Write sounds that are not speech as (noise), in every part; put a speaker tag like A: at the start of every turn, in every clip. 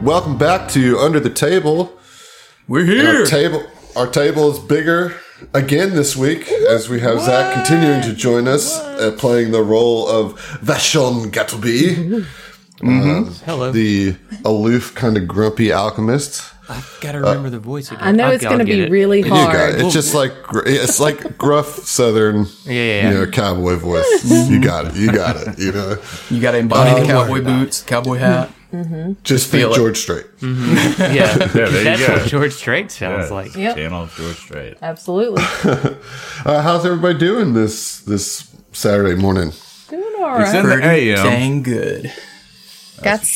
A: welcome back to Under the Table.
B: We're
A: Our
B: here.
A: table, our table is bigger again this week as we have Zach continuing to join us, uh, playing the role of Vashon Gattleby,
B: Mm-hmm. Hello.
A: the aloof, kind of grumpy alchemist.
B: I've
C: uh,
B: got to remember the voice again.
D: I know
B: I've
D: it's
B: gotta
D: going to
B: get
D: be
B: it.
D: really
A: You got
D: hard.
A: it. It's just like gr- it's
B: (laughs)
A: like gruff Southern,
B: yeah, Mm-hmm. yeah.
A: you know, cowboy voice. you got it. You got it. You know,
C: You got to embody the cowboy boots, cowboy hat.
A: just think
C: feel it.
A: George Strait.
B: Mm. Yeah,
E: there you
B: that's
E: go.
B: what George Strait sounds
E: Yes.
B: like.
D: Yep.
E: Channel George Strait.
D: Absolutely.
A: Uh, how's everybody doing this this Saturday morning?
D: Doing all
E: It's in
D: right.
E: the
C: Pretty
E: AM.
C: dang good.
D: Got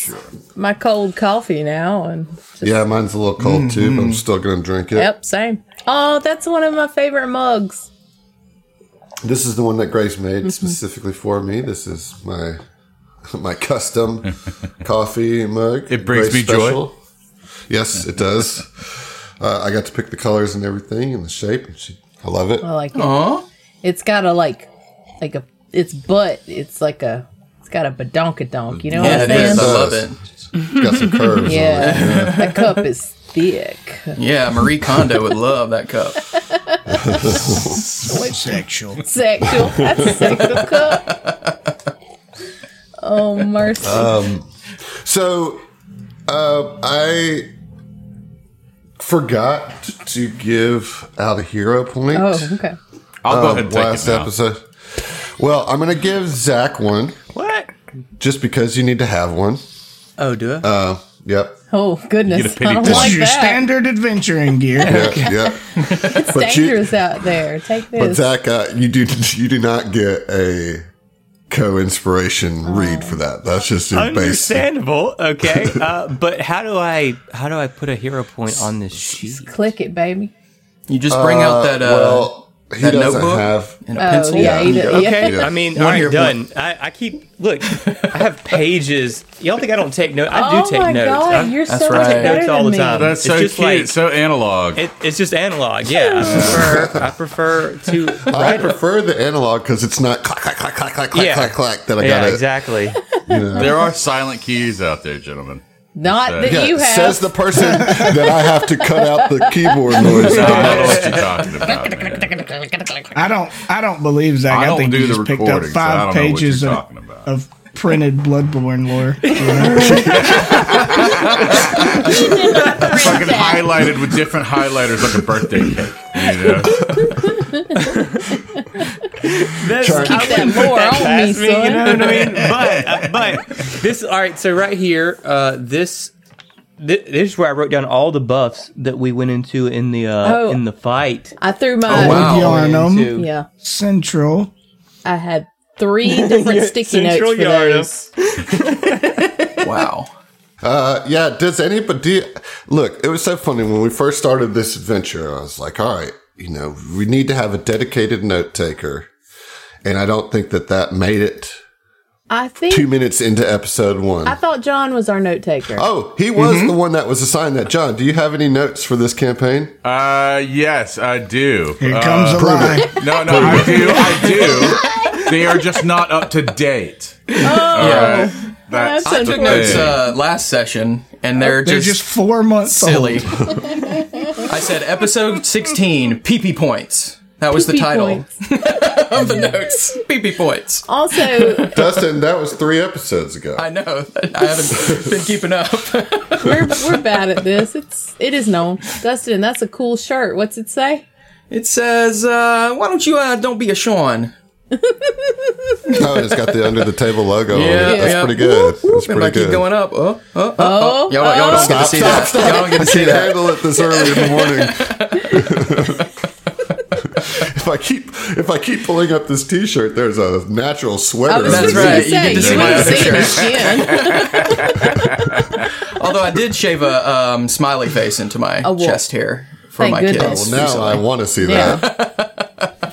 D: my cold coffee now, and
A: Yeah, mine's a little cold too, but I'm still gonna drink it.
D: Mm-hmm. yep, same. Oh, that's one of my favorite mugs.
A: This is the one that Grace made
D: Mm-hmm.
A: specifically for me. This is my (laughs) my
E: (laughs)
A: custom coffee mug.
E: It brings me joy.
A: joy. Yes, it does. uh, I got to pick the colors and everything and the shape. And she, I love it.
D: I like it.
C: Huh?
D: It's got a like, like a its butt. It's like a. It's got a badonkadonk. You know
C: Yeah,
D: what
C: it
D: I'm
C: is. uh,
D: saying?
C: I
A: Yes.
C: love it.
A: Got some
D: (laughs)
A: curves. on it. (laughs)
D: Yeah, that cup is thick.
C: Yeah, Marie Kondo would love that cup.
F: Sexual.
D: Sexual.
A: (laughs)
D: That's a sexual cup. Oh mercy.
A: Uh, So uh, I forgot to give out a hero point.
D: oh okay.
F: Uh,
E: I'll go
A: um,
E: ahead and take
A: last
E: it now.
A: episode. Well, I'm going to give Zach one
B: What?
A: just because you need to have one.
B: Oh, do I?
A: Uh, yep.
D: Oh
E: You get
D: goodness.
E: a pity
D: I don't
E: point.
F: This
D: like
F: is your
D: that.
F: standard
E: (laughs)
F: adventuring gear.
A: Yeah, yeah.
D: it's
A: but you-
D: dangerous out there. Take
A: But
D: this.
A: Zach, uh, you do you do not get a co-inspiration read for that. That's just your base.
B: Understandable. Okay, uh, but how do I how do I put a hero point on this sheet?
D: Click it, baby.
C: You just bring out that uh,
A: well, he
C: that
A: doesn't
C: notebook
A: have.
C: and a
D: Oh
C: pencil.
D: yeah,
A: Yeah.
D: you did- yeah.
B: Okay,
A: Yeah.
B: I mean,
C: One
B: I'm
C: hero
B: done. I, I keep look. I have pages. Y'all think I don't take notes? I do
D: Oh
B: take
D: my
B: notes.
D: god,
B: I
D: you're
C: that's
D: so
C: right.
D: much
C: I take
D: better
B: notes
D: than
B: all the
D: me.
B: time.
E: That's
B: It's
E: so
B: just
E: cute.
B: like-
E: so analog.
B: It, it's just analog. Yeah,
D: (laughs)
B: I prefer, I prefer to
A: I
B: write.
A: prefer the analog because it's not clack clack clack clack clack
B: Yeah.
A: clack clack that I
B: yeah,
A: got it.
B: exactly.
E: there are silent keys out there, gentlemen.
D: Not that
A: Yeah,
D: you have.
A: says
D: (laughs)
A: the person that I have to cut out the keyboard noise.
E: So I don't know what you're talking about. man.
D: (laughs)
F: I don't. I don't believe Zach.
E: I
F: I,
E: don't
F: think
E: do
F: you
E: the
F: just picked up
E: recordings, so I
F: five
E: don't know what
F: pages
E: you're
F: of,
E: talking about.
F: of printed Bloodborne lore.
E: (laughs) Fucking highlighted with different highlighters like a birthday cake. You know?
B: That's,
A: Trying-
B: I
D: Keep that
B: wouldn't put
D: more on me,
B: past You
D: son.
B: know what
D: (laughs)
B: I mean? But uh, but this all right. So right here, uh, this. thi- This is where I wrote down all the buffs that we went into in the uh,
D: Oh.
B: in the fight.
D: I threw my.
C: Oh, wow.
F: Yarnum
D: (laughs)
B: Into-
D: Yeah,
F: Central.
D: I had three different sticky notes
B: Central
D: for
B: Yarnum.
D: those.
C: (laughs) Wow.
A: Uh, yeah, does anybody look? It was so funny when we first started this adventure. I was like, all right, you know, we need to have a dedicated note taker, and I don't think that that made it
D: I
A: two
D: think
A: minutes into episode one.
D: I thought John was our note taker.
A: oh, he was the one that was assigned that. John, do you have any notes for this campaign?
E: Uh, yes, I do.
F: Here
E: Uh,
F: comes a lie.
E: No, no,
F: (laughs)
E: I do. I do. They are just not up to date. Oh,
D: That's
E: that's the
C: I took
D: unfortunate.
C: notes
E: thing.
C: uh, last session, and they're
F: They're
C: just
F: just (laughs) four months
C: silly.
F: old.
C: I said episode 16, PP points. That was the
D: PP
C: title
D: points.
C: of the notes. PP points.
D: Also,
A: Dustin, that was three episodes ago.
C: I know. (laughs) I haven't been keeping up.
D: we're we're bad at this. It's it is known. Dustin, that's a cool shirt. What's it say?
C: It says, uh, why don't you uh, don't be a Sean?
A: oh, and it's got the under the table logo. on
C: Yeah,
A: it. that's
C: yeah.
A: pretty good. That's
C: And
A: pretty
C: I keep
A: good.
C: going up. Oh, oh, oh.
D: Oh,
C: Y'all, y'all don't get to
A: Stop,
C: see
A: stop,
C: that.
A: stop.
C: Y'all don't get to see
F: (laughs)
A: Can't (laughs)
C: that.
A: handle it this early in the morning. if I keep if I keep pulling up this T-shirt, there's a natural
D: I
A: sweater.
D: was
C: That's
D: just
A: underneath.
D: gonna
C: right. You get to
D: say
C: see my
D: you wouldn't
C: other
D: see it again.
C: Although I did shave a um, smiley face into my
D: well.
C: chest hair for
D: Thank
C: my
D: goodness.
C: kids.
A: Oh, Now I want to see
D: Yeah.
A: that.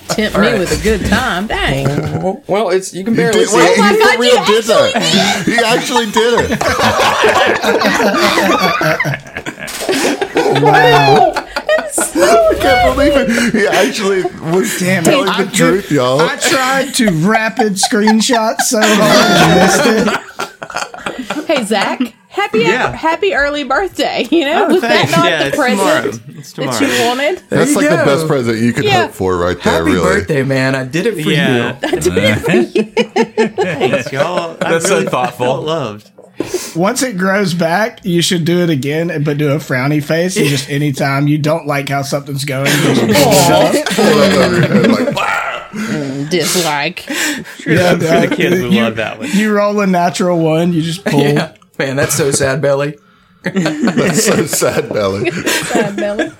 D: Tempt me with a good
C: (laughs)
D: time. Dang.
C: Well, it's you can
A: He,
C: barely
A: did,
C: see
A: wait,
C: it.
D: Oh my
A: he
D: God,
A: for
D: you
A: real did that. He actually did it. I can't believe it. He
D: (laughs)
A: actually was
F: Damn it.
A: telling
F: I
A: the
F: did-
A: truth, y'all.
F: I tried to rapid screenshot so hard.
D: Hey Zach, how happy
B: Yeah.
D: happy early birthday. You know, was
B: Thanks.
D: that not
B: yeah,
D: the
B: it's
D: present
B: tomorrow. It's
D: that
B: tomorrow.
D: you wanted?
A: That's
C: you
A: like the
C: go.
A: best present you could
D: Yeah.
A: hope for, right there.
C: Happy
A: really,
C: birthday, man. I did it for
B: Yeah. (laughs)
C: you.
B: Thanks, y'all.
E: That's so thoughtful.
B: felt loved.
F: Once it grows back, you should do it again, but do a frowny face. And just anytime you don't like how something's going, just-
B: (laughs)
A: Pull that over your head, (laughs) like, "Bah!"
D: Dislike.
F: yeah,
B: For the kids,
F: you,
B: would love that one.
F: you roll a natural one, you just pull.
C: Yeah. Man, that's so sad, Belly.
A: that's so sad, Belly.
D: Sad belly.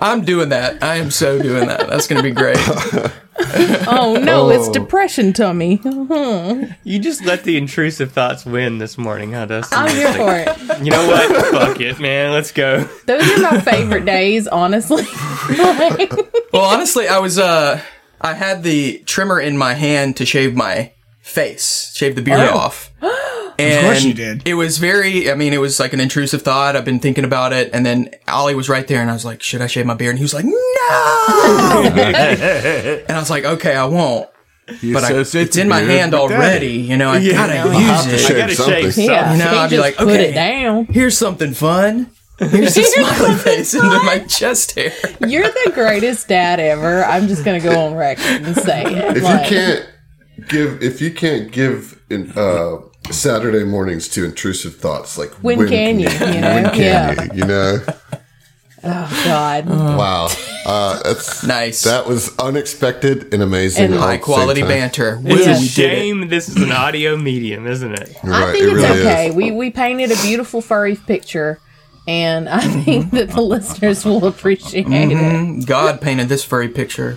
C: I'm doing that. I am so doing that. That's going to
A: (laughs)
C: be great.
D: Oh no, it's depression tummy.
B: You just let the intrusive thoughts win this morning, huh, Dustin?
D: I'm
B: It's
D: here
B: like,
D: for it.
B: You know what? Fuck it, man. Let's go.
D: Those are my favorite days, honestly. Like,
C: Well, honestly, I was uh I had the trimmer in my hand to shave my face, shave the beard off. And
F: course you did.
C: It was very I mean, it was like an intrusive thought. I've been thinking about it and then Ollie was right there and I was like, "Should I shave my beard?" And he was like, "No!" and I was like, "Okay, I won't."
E: You're
C: But I,
E: so
C: it's
E: sick,
C: in my
E: dude.
C: hand
E: Look at
C: already, you know. I gotta use
A: to
C: it.
A: shave
B: I gotta
A: something.
B: shave something.
D: yeah,
C: You know,
D: he
C: I'd be
D: just
C: like,
D: put
C: okay.
D: it down.
C: Here's something fun. Here's
D: (laughs)
C: a smiley face into my chest hair.
D: You're the greatest dad ever. I'm just gonna go on record and say it.
A: If
D: Like,
A: you can't give, if you can't give in, uh, Saturday mornings to intrusive thoughts, like
D: when, can you? You know?
A: When
D: yeah.
A: can you? You know,
D: Oh God.
A: wow, uh, that's
C: Nice.
A: That was unexpected and amazing.
D: And
A: all at
C: High
A: the
C: quality
A: same time.
C: banter. Woo,
B: It's a
C: we did it.
B: shame this is an audio medium, isn't it?
A: You're
D: I
A: right,
D: think
A: it
D: it's
A: really is.
D: okay. We we painted a beautiful furry picture, and I think that the listeners will appreciate it.
C: God painted this furry picture.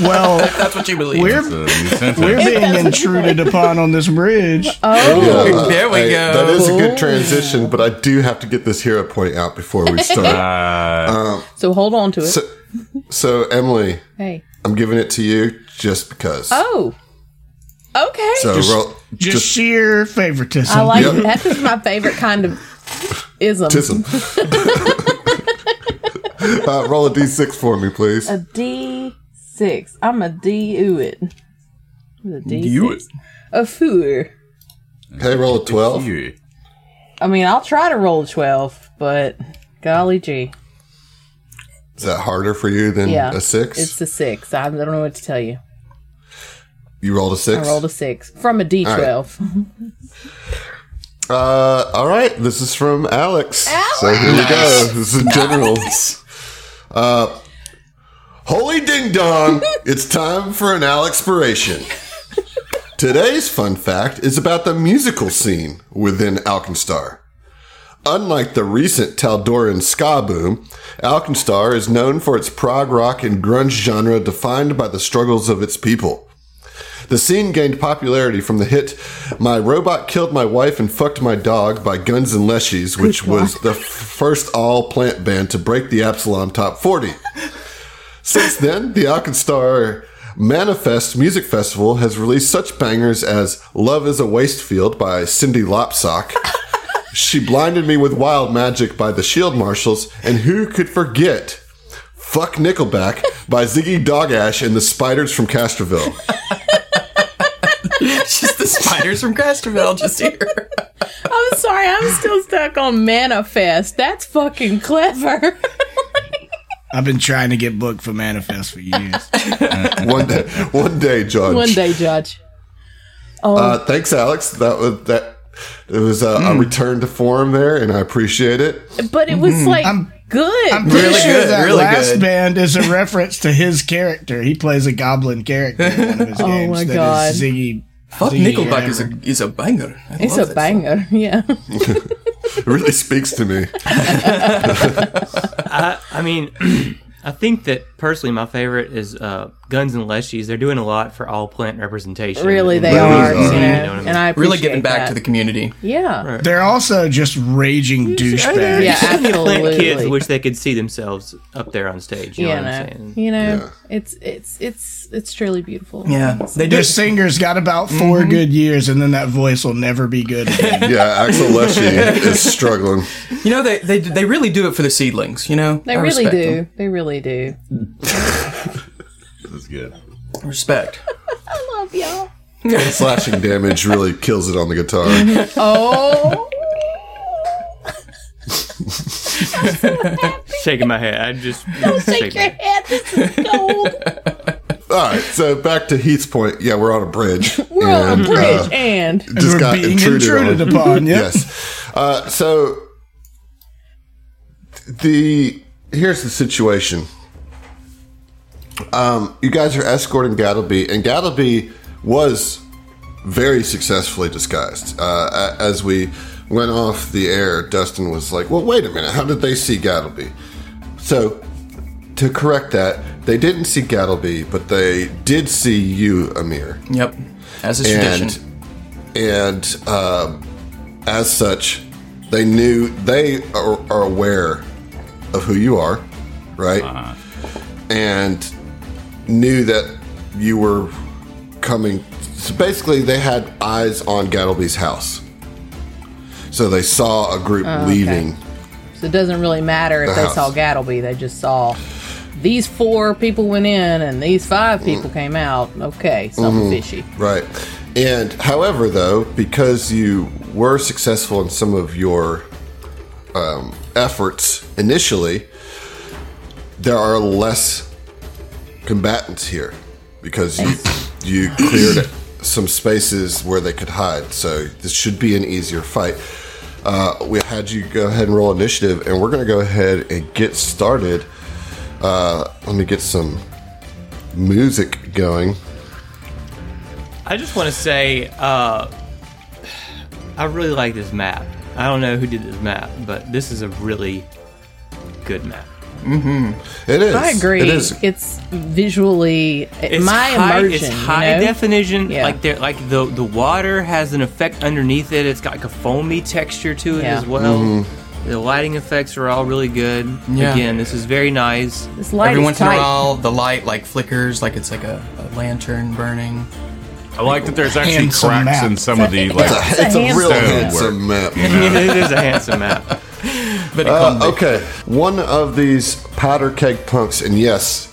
F: Well, (laughs)
C: That's what you believe.
F: we're
E: So you sent
F: we're
E: it.
F: being intruded upon on this bridge.
A: Yeah, uh,
C: There we
A: hey,
C: go.
A: That is a good transition, but I do have to get this hero point out before we
D: (laughs)
A: start.
E: Uh,
D: So hold on to it.
A: so, so, Emily,
D: hey.
A: I'm giving it to you just because.
D: Oh. Okay.
A: so roll,
F: Just,
A: just
F: sheer favoritism.
D: I like
A: Yep.
D: that. Is my favorite kind of ism. (laughs)
A: tism. uh, roll a d6 for me, please.
D: A D six. I'm a D ooh it. A D six. A four.
A: Hey, roll a 12.
E: you.
D: I mean, I'll try to roll a twelve, but golly gee,
A: Is that harder for you than
D: yeah,
A: a 6?
D: It's a six. I don't know what to tell you.
A: you rolled a 6?
D: I rolled a six from a D twelve.
A: Uh, all right. This is from Alex. So here we go. This is general. Uh, holy ding dong! it's time for an Alexpiration. Today's fun fact is about the musical scene within Alkenstar. Unlike the recent Taldoran ska boom, Alkenstar is known for its prog rock and grunge genre defined by the struggles of its people. The scene gained popularity from the hit My Robot Killed My Wife and Fucked My Dog by Guns N' Leshies, which was the f- first all plant band to break the Absalom Top 40. Since then, the Alkenstar Manifest Music Festival has released such bangers as Love is a Waste Field by Cindy Lopsock. She blinded me with wild magic by the Shield Marshals, and who could forget Fuck Nickelback by Ziggy Dogash and the Spiders from Castroville.
C: It's just the spiders from Castroville just here.
D: I'm sorry, I'm still stuck on manifest. That's fucking clever.
F: I've been trying to get booked for manifest for years.
A: one day, (laughs) one day, John.
D: One day, Judge.
A: Uh, thanks, Alex. That was that. It was uh, a return to form there, and I appreciate it.
D: But it was
A: Mm-hmm.
D: like good.
F: I'm pretty
C: Really
F: sure
C: good,
F: that
C: really
F: last
C: good.
F: band is a reference to his character. He plays a goblin character in one of his games.
D: my
F: that is
D: God.
F: Ziggy.
C: Fuck
F: Ziggy
C: Nickelback is a
F: whatever.
C: is a banger. I
D: it's
C: love that
D: a banger. (laughs) Yeah.
A: It really speaks to me.
B: I, I mean, (clears throat) I think that personally, my favorite is uh, Guns and Leshies. They're doing a lot for all plant representation.
D: really, they
B: Movies
D: are.
A: are,
D: You know,
B: you know what I
D: and
B: mean?
D: I
C: song.
D: appreciate
C: Really giving back
D: that.
C: to the community.
D: yeah.
F: They're also just raging douchebags.
C: (laughs)
D: Yeah, (laughs)
B: plant
D: absolutely.
B: kids wish they could see themselves up there on stage. You
D: you
B: know
D: know,
B: what I'm saying?
D: you know, it's it's it's it's truly beautiful.
C: Yeah, they do.
F: This singer's got about 4 good years, and then that voice will never be good. again.
A: Yeah, Axel Leshy is struggling.
C: You know, they they they really do it for the seedlings. You know,
D: They
C: I
D: really
C: respect
D: do.
C: them.
D: They really do.
E: This is good.
C: Respect.
D: I love y'all.
A: Slashing damage really kills it on the guitar.
C: (laughs)
D: Oh, (laughs)
B: Shaking my head.
D: (laughs)
B: I just
D: shake your head. This
C: (laughs)
D: is gold.
A: All right, so back to Heath's point. Yeah, we're on a bridge.
D: We're on a
A: And, uh,
D: bridge, and
A: just
F: We're
A: got
F: being
A: intruded,
F: intruded
A: on.
F: (laughs) upon, yeah.
A: yes. Uh, so the here's the situation. Um, you guys are escorting Gattleby, and Gattleby was very successfully disguised. Uh, a- as we went off the air, Dustin was like, "Well, wait a minute. How did they see Gattleby?" So to correct that, they didn't see Gattleby, but they did see you, Amir
C: Yep. As is
A: and
C: tradition.
A: and uh, as such, they knew they are, are aware of who you are, right? And knew that you were coming. So basically, they had eyes on Gattleby's house, so they saw a group leaving.
D: so it doesn't really matter if
A: The
D: they
A: house.
D: saw Gattleby. They just saw these four people went in and these five
C: Mm.
D: people came out. Okay, something
C: Mm-hmm.
D: fishy.
A: Right. And however, though, because you were successful in some of your um, efforts initially, there are less combatants here because you you cleared some spaces where they could hide. So this should be an easier fight. Uh, we had you go ahead and roll initiative, and we're going to go ahead and get started. Uh, let me get some music going.
B: I just want to say, uh, I really like this map. I don't know who did this map, but this is a really good map.
A: It is.
D: I agree.
A: It is.
D: It's visually
B: It's
D: my
B: high,
D: immersion.
B: It's high
D: you know?
B: definition.
D: Yeah.
B: Like there, like the the water has an effect underneath it. It's got like a foamy texture to it
D: Yeah.
B: as well. The lighting effects are all really good.
C: Yeah.
B: Again, this is very nice.
D: This light
C: Every
D: is
C: once in a
D: tight.
C: while, the light like flickers, like it's like a, a lantern burning.
E: I like that there's actually
F: Handsome
E: cracks
F: map.
E: in some of the like. uh,
A: (laughs)
D: It's
A: It's,
D: a
A: a, real
D: handsome
E: map.
A: handsome map.
B: (laughs) it is a handsome map.
C: But it
A: Uh,
C: comes
A: okay, one of these powder keg punks, and yes,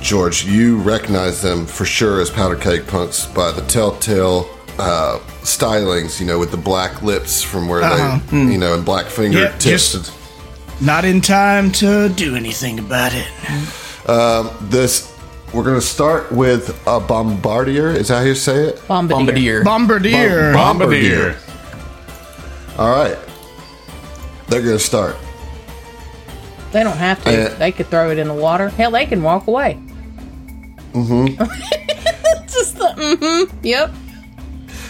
A: George, you recognize them for sure as powder keg punks by the telltale uh, stylings, you know, with the black lips from where
F: Uh-huh.
A: they,
D: Hmm.
A: you know, and black fingertips.
F: just- Not in time to do anything about it.
A: this, we're gonna start with a bombardier. Is that how you say it?
C: bombardier.
D: Bombardier.
F: Bombardier.
E: Bombardier.
A: All right, they're gonna start.
D: They don't have to.
A: Uh,
D: they could throw it in the water. Hell, they can walk away. Mm-hmm.
A: Mm-hmm.
D: (laughs) Just the mm-hmm. Yep.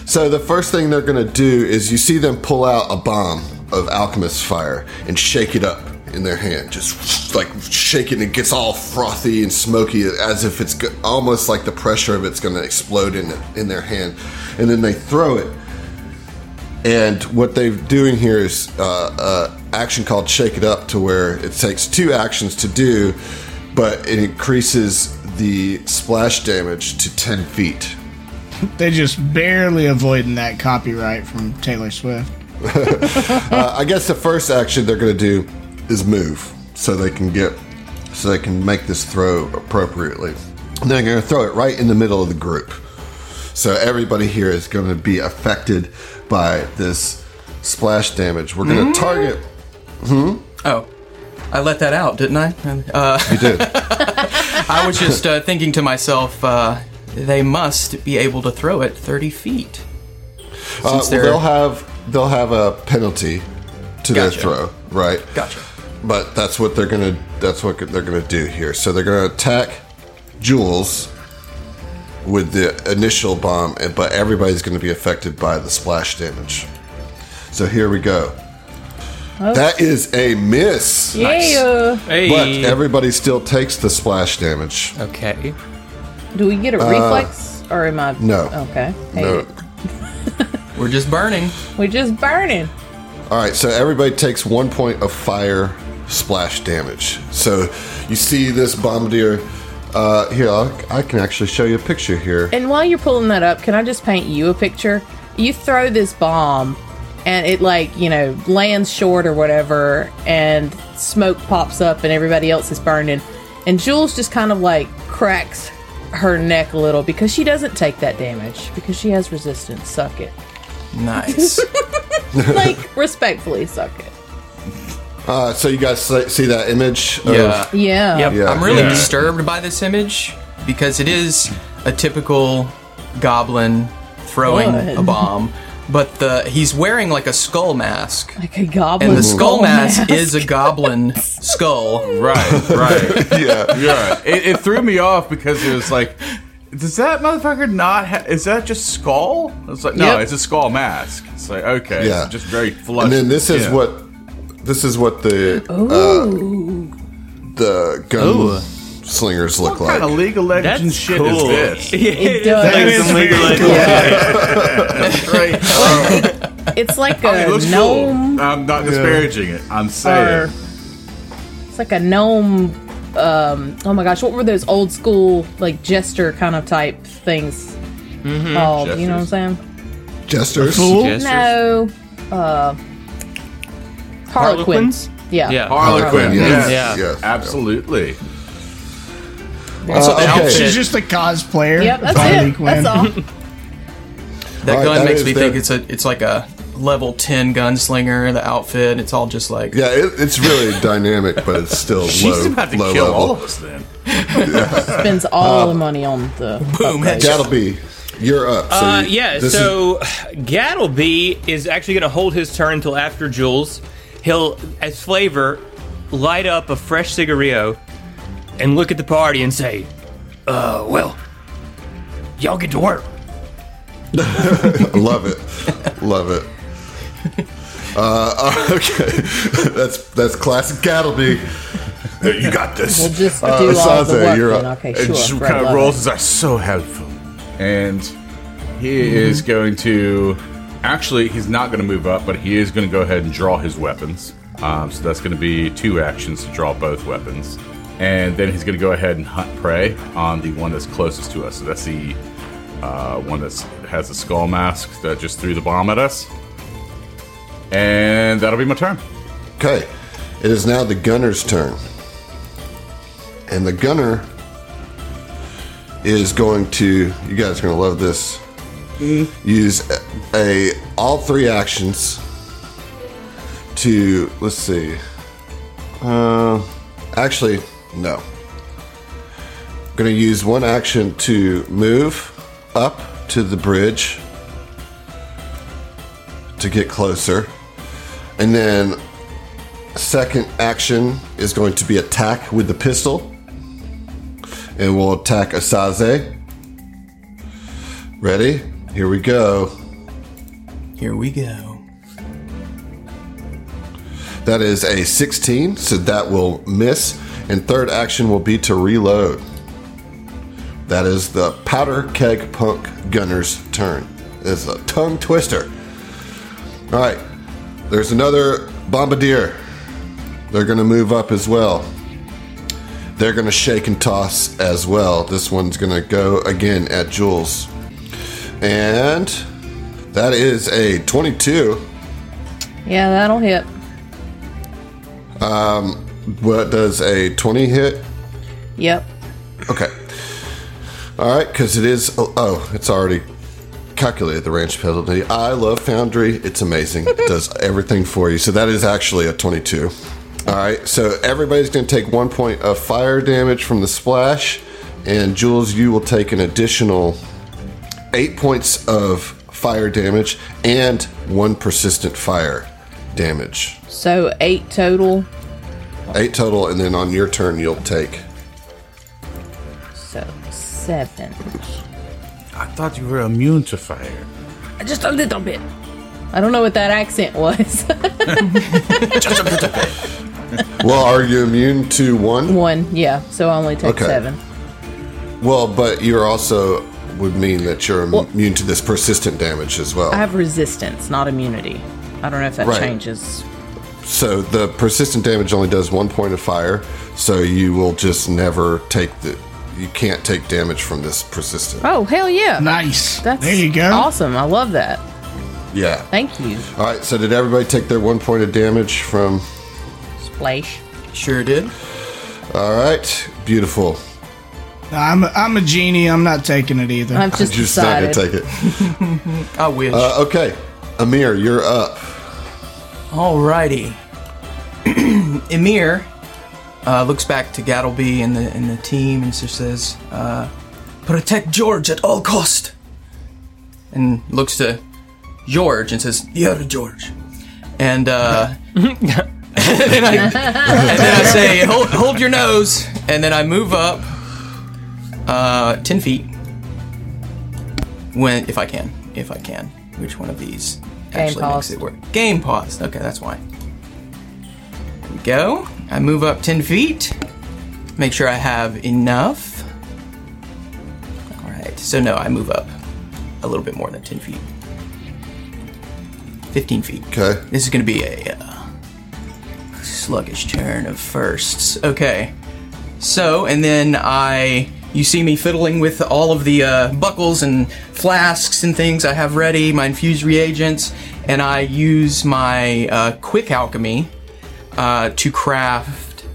A: So the first thing they're gonna do is you see them pull out a bomb of alchemist fire and shake it up in their hand, just like shaking it gets all frothy and smoky as if it's go- almost like the pressure of it's gonna explode in in their hand, and then they throw it. And what they're doing here is uh, uh, action called Shake It Up, to where it takes two actions to do, but it increases the splash damage to 10 feet.
F: They just barely avoiding that copyright from Taylor Swift.
A: Uh, I guess the first action they're going to do is move, so they can get, so they can make this throw appropriately. They're going to throw it right in the middle of the group, so everybody here is going to be affected by this splash damage. We're
C: Mm.
A: going to target.
C: Oh, I let that out, didn't I? Uh, (laughs)
A: You did.
C: I was just uh, thinking to myself, uh, they must be able to throw it 30 feet.
A: Uh, well,
C: they're-
A: they'll have they'll have a penalty to their
C: Gotcha.
A: throw, right?
C: Gotcha.
A: But that's what they're gonna that's what they're gonna do here. So they're gonna attack Jules with the initial bomb, and- but everybody's gonna be affected by the splash damage. So here we go. That is a miss,
D: Yeah.
B: Hey.
A: but everybody still takes the splash damage.
B: okay.
D: Do we get a reflex or am I?
A: Uh, No.
D: Okay. Hey,
A: No.
C: We're just burning.
D: We're just burning.
A: All right, so everybody takes one point of fire splash damage. So you see this bombardier. Uh, here, I'll, I can actually show you a picture here.
D: And while you're pulling that up, can I just paint you a picture? You throw this bomb and it like, you know, lands short or whatever and smoke pops up and everybody else is burning. And Jules just kind of like cracks her neck a little because she doesn't take that damage because she has resistance. Suck
E: (laughs)
D: it.
C: Nice.
D: like, respectfully, suck it.
A: Uh, so you guys see see that image? of-
C: yeah.
D: Yeah.
B: Yep.
A: Yeah.
C: I'm really
E: Yeah.
C: disturbed by this image because it is a typical goblin throwing
D: What?
C: a bomb, but the he's wearing like a skull mask.
D: Like a goblin.
C: And the skull mask,
D: (laughs)
C: is a goblin skull.
E: Right, right.
A: (laughs) yeah.
E: yeah. It, it threw me off because it was like, does that motherfucker not ha- Is that just skull? It's like, no,
D: Yep.
E: it's a skull mask. It's like, okay.
A: Yeah.
E: Yeah. Just very flush.
A: And then this is
E: yeah.
A: what this is what the uh, the gun slingers look
E: What
A: like.
E: kind of League of Legends
B: That's
E: shit
B: cool.
D: (laughs)
E: is this?
B: Yeah,
D: It
B: Like
D: does.
B: some League of Legends.
E: Right. Oh,
D: It's like
E: it
D: a
E: looks
D: gnome.
E: cool. I'm not disparaging it. I'm
F: Or
E: saying.
D: It's like a gnome. Um, oh my gosh, what were those old school like jester kind of type things called? You know what I'm saying?
A: Jesters.
F: fool.
B: Jesters.
D: No, uh, harlequins.
B: Harlequins?
D: Yeah.
B: Yeah.
E: Harlequin.
A: Harlequin,
E: Yes.
B: Yeah.
A: Yeah.
E: Absolutely.
A: Uh, okay.
E: outfit.
F: She's just a cosplayer.
D: Yep, that's
F: Harley
D: it.
F: Quinn.
D: That's all.
C: That
A: Right,
C: gun
A: that
C: makes
A: is
C: me
A: the-
C: think it's a it's like a level ten gunslinger. The outfit, it's all just like
A: Yeah, it, it's
E: (laughs)
A: really dynamic, but it's still
E: She's
A: low,
E: about to
A: low
E: kill
A: level.
E: all of us then.
A: (laughs)
D: Spends all the money on the
C: boom.
D: upgrades.
C: headshot.
A: Gattleby, you're up. So
B: Uh,
A: you-
B: yeah,
A: this
B: so Gattleby is actually going to hold his turn until after Jules. He'll, as flavor, light up a fresh cigarillo and look at the party and say, uh, well, y'all get to work.
A: is, love it, love it. Uh, (laughs) okay, that's that's classic Gattleby. You got this.
D: We'll just
A: Uh,
D: do all the
A: Sansa,
D: work.
A: you're
D: Then.
A: up.
D: Okay,
E: and
D: sure.
E: she
D: Right,
E: kind of
D: love
E: rolls
D: it.
E: is like so helpful and he is
D: Mm-hmm.
E: going to actually he's not going to move up but he is going to go ahead and draw his weapons um, so that's going to be two actions to draw both weapons and then he's going to go ahead and hunt prey on the one that's closest to us so that's the uh, one that has a skull mask that just threw the bomb at us and that'll be my turn
A: Okay, it is now the gunner's turn. And the gunner is going to, you guys are going to love this, use a, a- all three actions to, let's see. Uh, actually, no. I'm going to use one action to move up to the bridge to get closer. And then second action is going to be attack with the pistol. And we'll attack Asaze. Ready? Here we go.
C: Here we go.
A: That is a 16, so that will miss. And third action will be to reload. That is the Powder Keg Punk Gunner's turn. It's a tongue twister. All right, there's another Bombardier. They're going to move up as well. They're going to shake and toss as well. This one's going to go again at Jules. And that is a 22.
D: Yeah, that'll hit.
A: What does a 20 hit?
D: Yep.
A: Okay. All right, because it is. Oh, oh, it's already calculated the range penalty. I love Foundry. It's amazing. It does everything for you. So that is actually a 22. All right, so everybody's going to take one point of fire damage from the splash, and Jules, you will take an additional eight points of fire damage and one persistent fire damage.
D: So eight total.
A: Eight total, and then on your turn, you'll take.
D: So seven.
E: i thought you were immune to fire
D: Just a little bit. I don't know what that accent was. (laughs)
A: Well, are you immune to one?
D: One. Yeah. So I only take
A: Okay.
D: seven.
A: Well, but you're also would mean that you're immune to this persistent damage as well.
D: I have resistance, not immunity. I don't know if that
A: Right.
D: changes.
A: so the persistent damage only does one point of fire, so you will just never take the. You can't take damage from this persistent.
D: Oh hell yeah!
F: Nice.
D: That's
F: there you go.
D: Awesome. I love that.
A: Yeah.
D: Thank you.
A: All right. So did everybody take their one point of damage from?
D: Splash.
F: (laughs)
C: Sure did.
A: All right. Beautiful.
F: I'm a, I'm a genie. I'm not taking it either.
D: I've
A: I'm
D: just,
A: just not
D: decided.
A: going to take it.
C: I wish.
A: Uh, okay. Amir, you're up.
C: Alrighty. (clears throat) Emir uh, looks back to Gattleby and the and the team and just says, uh, "Protect George at all cost." And looks to George and says, "The other George." And uh, then I, and then I say, hold, "Hold your nose." And then I move up uh, ten feet when if I can, if I can. Which one of these actually makes
D: pause.
C: it work? Game paused. Okay, that's why go. I move up 10 feet. Make sure I have enough. All right. So, no, I move up a little bit more than 10 feet. 15 feet.
A: Okay.
C: This is going to be a uh, sluggish turn of firsts. Okay. So, and then I. You see me fiddling with all of the uh, buckles and flasks and things I have ready, my infused reagents, and I use my uh, quick alchemy uh, to craft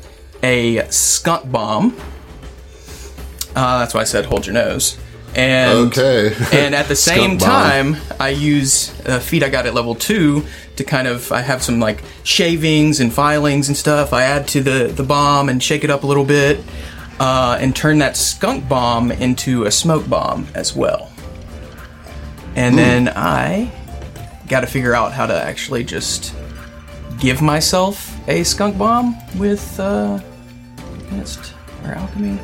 C: a skunk bomb. Uh, that's why I said hold your nose. And
A: Okay.
C: (laughs) and at the
A: Skunk
C: same
A: bomb.
C: time, I use a feat I got at level two to kind of I have some like shavings and filings and stuff. I add to the the bomb and shake it up a little bit, uh, and turn that skunk bomb into a smoke bomb as well. And
A: Hmm.
C: then I got to figure out how to actually just give myself a skunk bomb with uh, advanced or alchemy.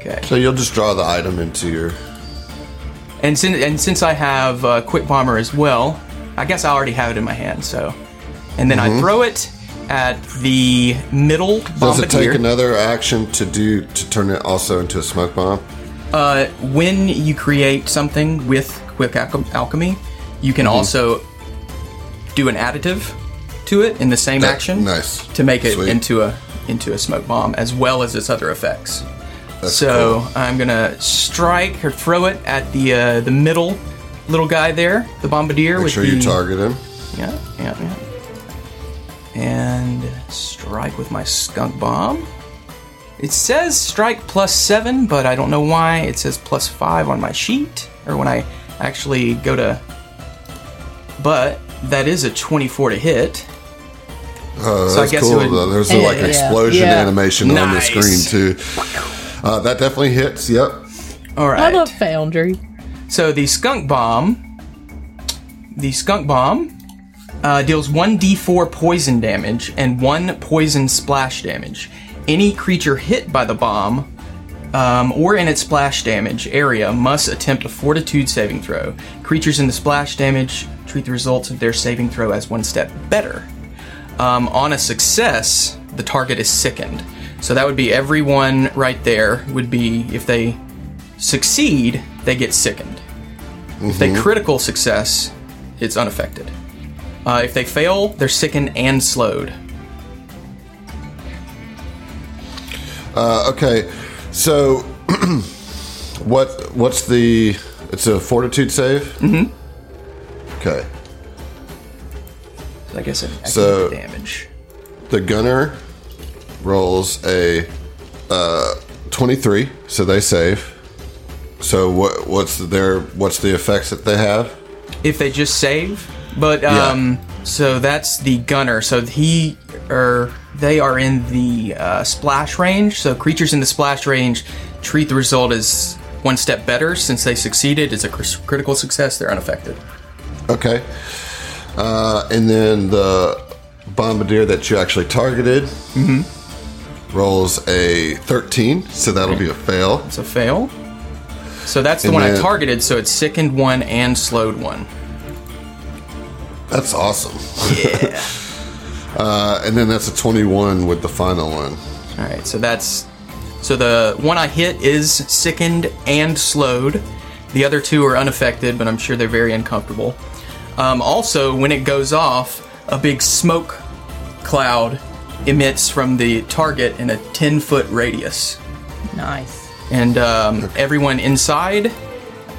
C: Okay.
A: So you'll just draw the item into your.
C: And since and since I have uh, quick bomber as well, I guess I already have it in my hand. So, and then I throw it at the middle
A: Does it take
C: bombardier.
A: another action to do to turn it also into a smoke bomb?
C: uh, when you create something with quick alchem- alchemy,
A: Mm-hmm.
C: you can also do an additive to it in the same
A: Yeah,
C: action.
A: nice.
C: To make it
A: Sweet.
C: into a into a smoke bomb as well as its other effects. so I'm gonna strike or throw it at the uh, the middle little guy there, the bombardier.
A: Make
C: with
A: sure
C: the,
A: you target him.
C: Yeah, yeah, yeah. And strike with my skunk bomb. It says strike plus seven, but I don't know why it says plus five on my sheet, or when I actually go to. But that is a 24 to hit.
A: Uh,
C: So I
A: that's
C: guess it
A: cool.
C: would-
A: though. There's
C: (laughs)
D: Yeah,
A: like an
D: yeah.
A: explosion
D: Yeah.
A: animation on the
C: Nice.
A: screen too. Uh, that definitely hits. Yep.
C: All right.
D: (laughs) I love Foundry.
C: So the skunk bomb, the skunk bomb, uh, deals one d4 poison damage and one poison splash damage. Any creature hit by the bomb um, or in its splash damage area must attempt a Fortitude saving throw. Creatures in the splash damage treat the results of their saving throw as one step better. Um, on a success, the target is sickened. So that would be everyone right there would be if they succeed, they get sickened. If they critical success, it's unaffected. Uh, if they fail, they're sickened and slowed.
A: Uh, okay. So (clears throat) what? What's the? It's a fortitude save. Mm-hmm. Okay.
C: So I guess it acts
A: So-
C: as damage.
A: The gunner rolls a uh, twenty-three, so they save. So what? What's their? What's the effects that they have?
C: If they just save, but um, so that's the gunner. So he or they are in the uh, splash range. So creatures in the splash range treat the result as one step better since they succeeded. It's a cr- critical success. They're unaffected.
A: Okay. Uh, and then the bombardier that you actually targeted rolls a 13, so that'll be a fail.
C: It's a fail. So that's the
A: And
C: one I
A: then-
C: targeted. So it's sickened one and slowed one.
A: That's awesome. uh, and then that's a 21 with the final one.
C: (laughs) All right, so that's so the one I hit is sickened and slowed. The other two are unaffected, but I'm sure they're very uncomfortable. Um, also, when it goes off, a big smoke cloud emits from the target in a 10 foot radius,
D: Nice.
C: and um, everyone inside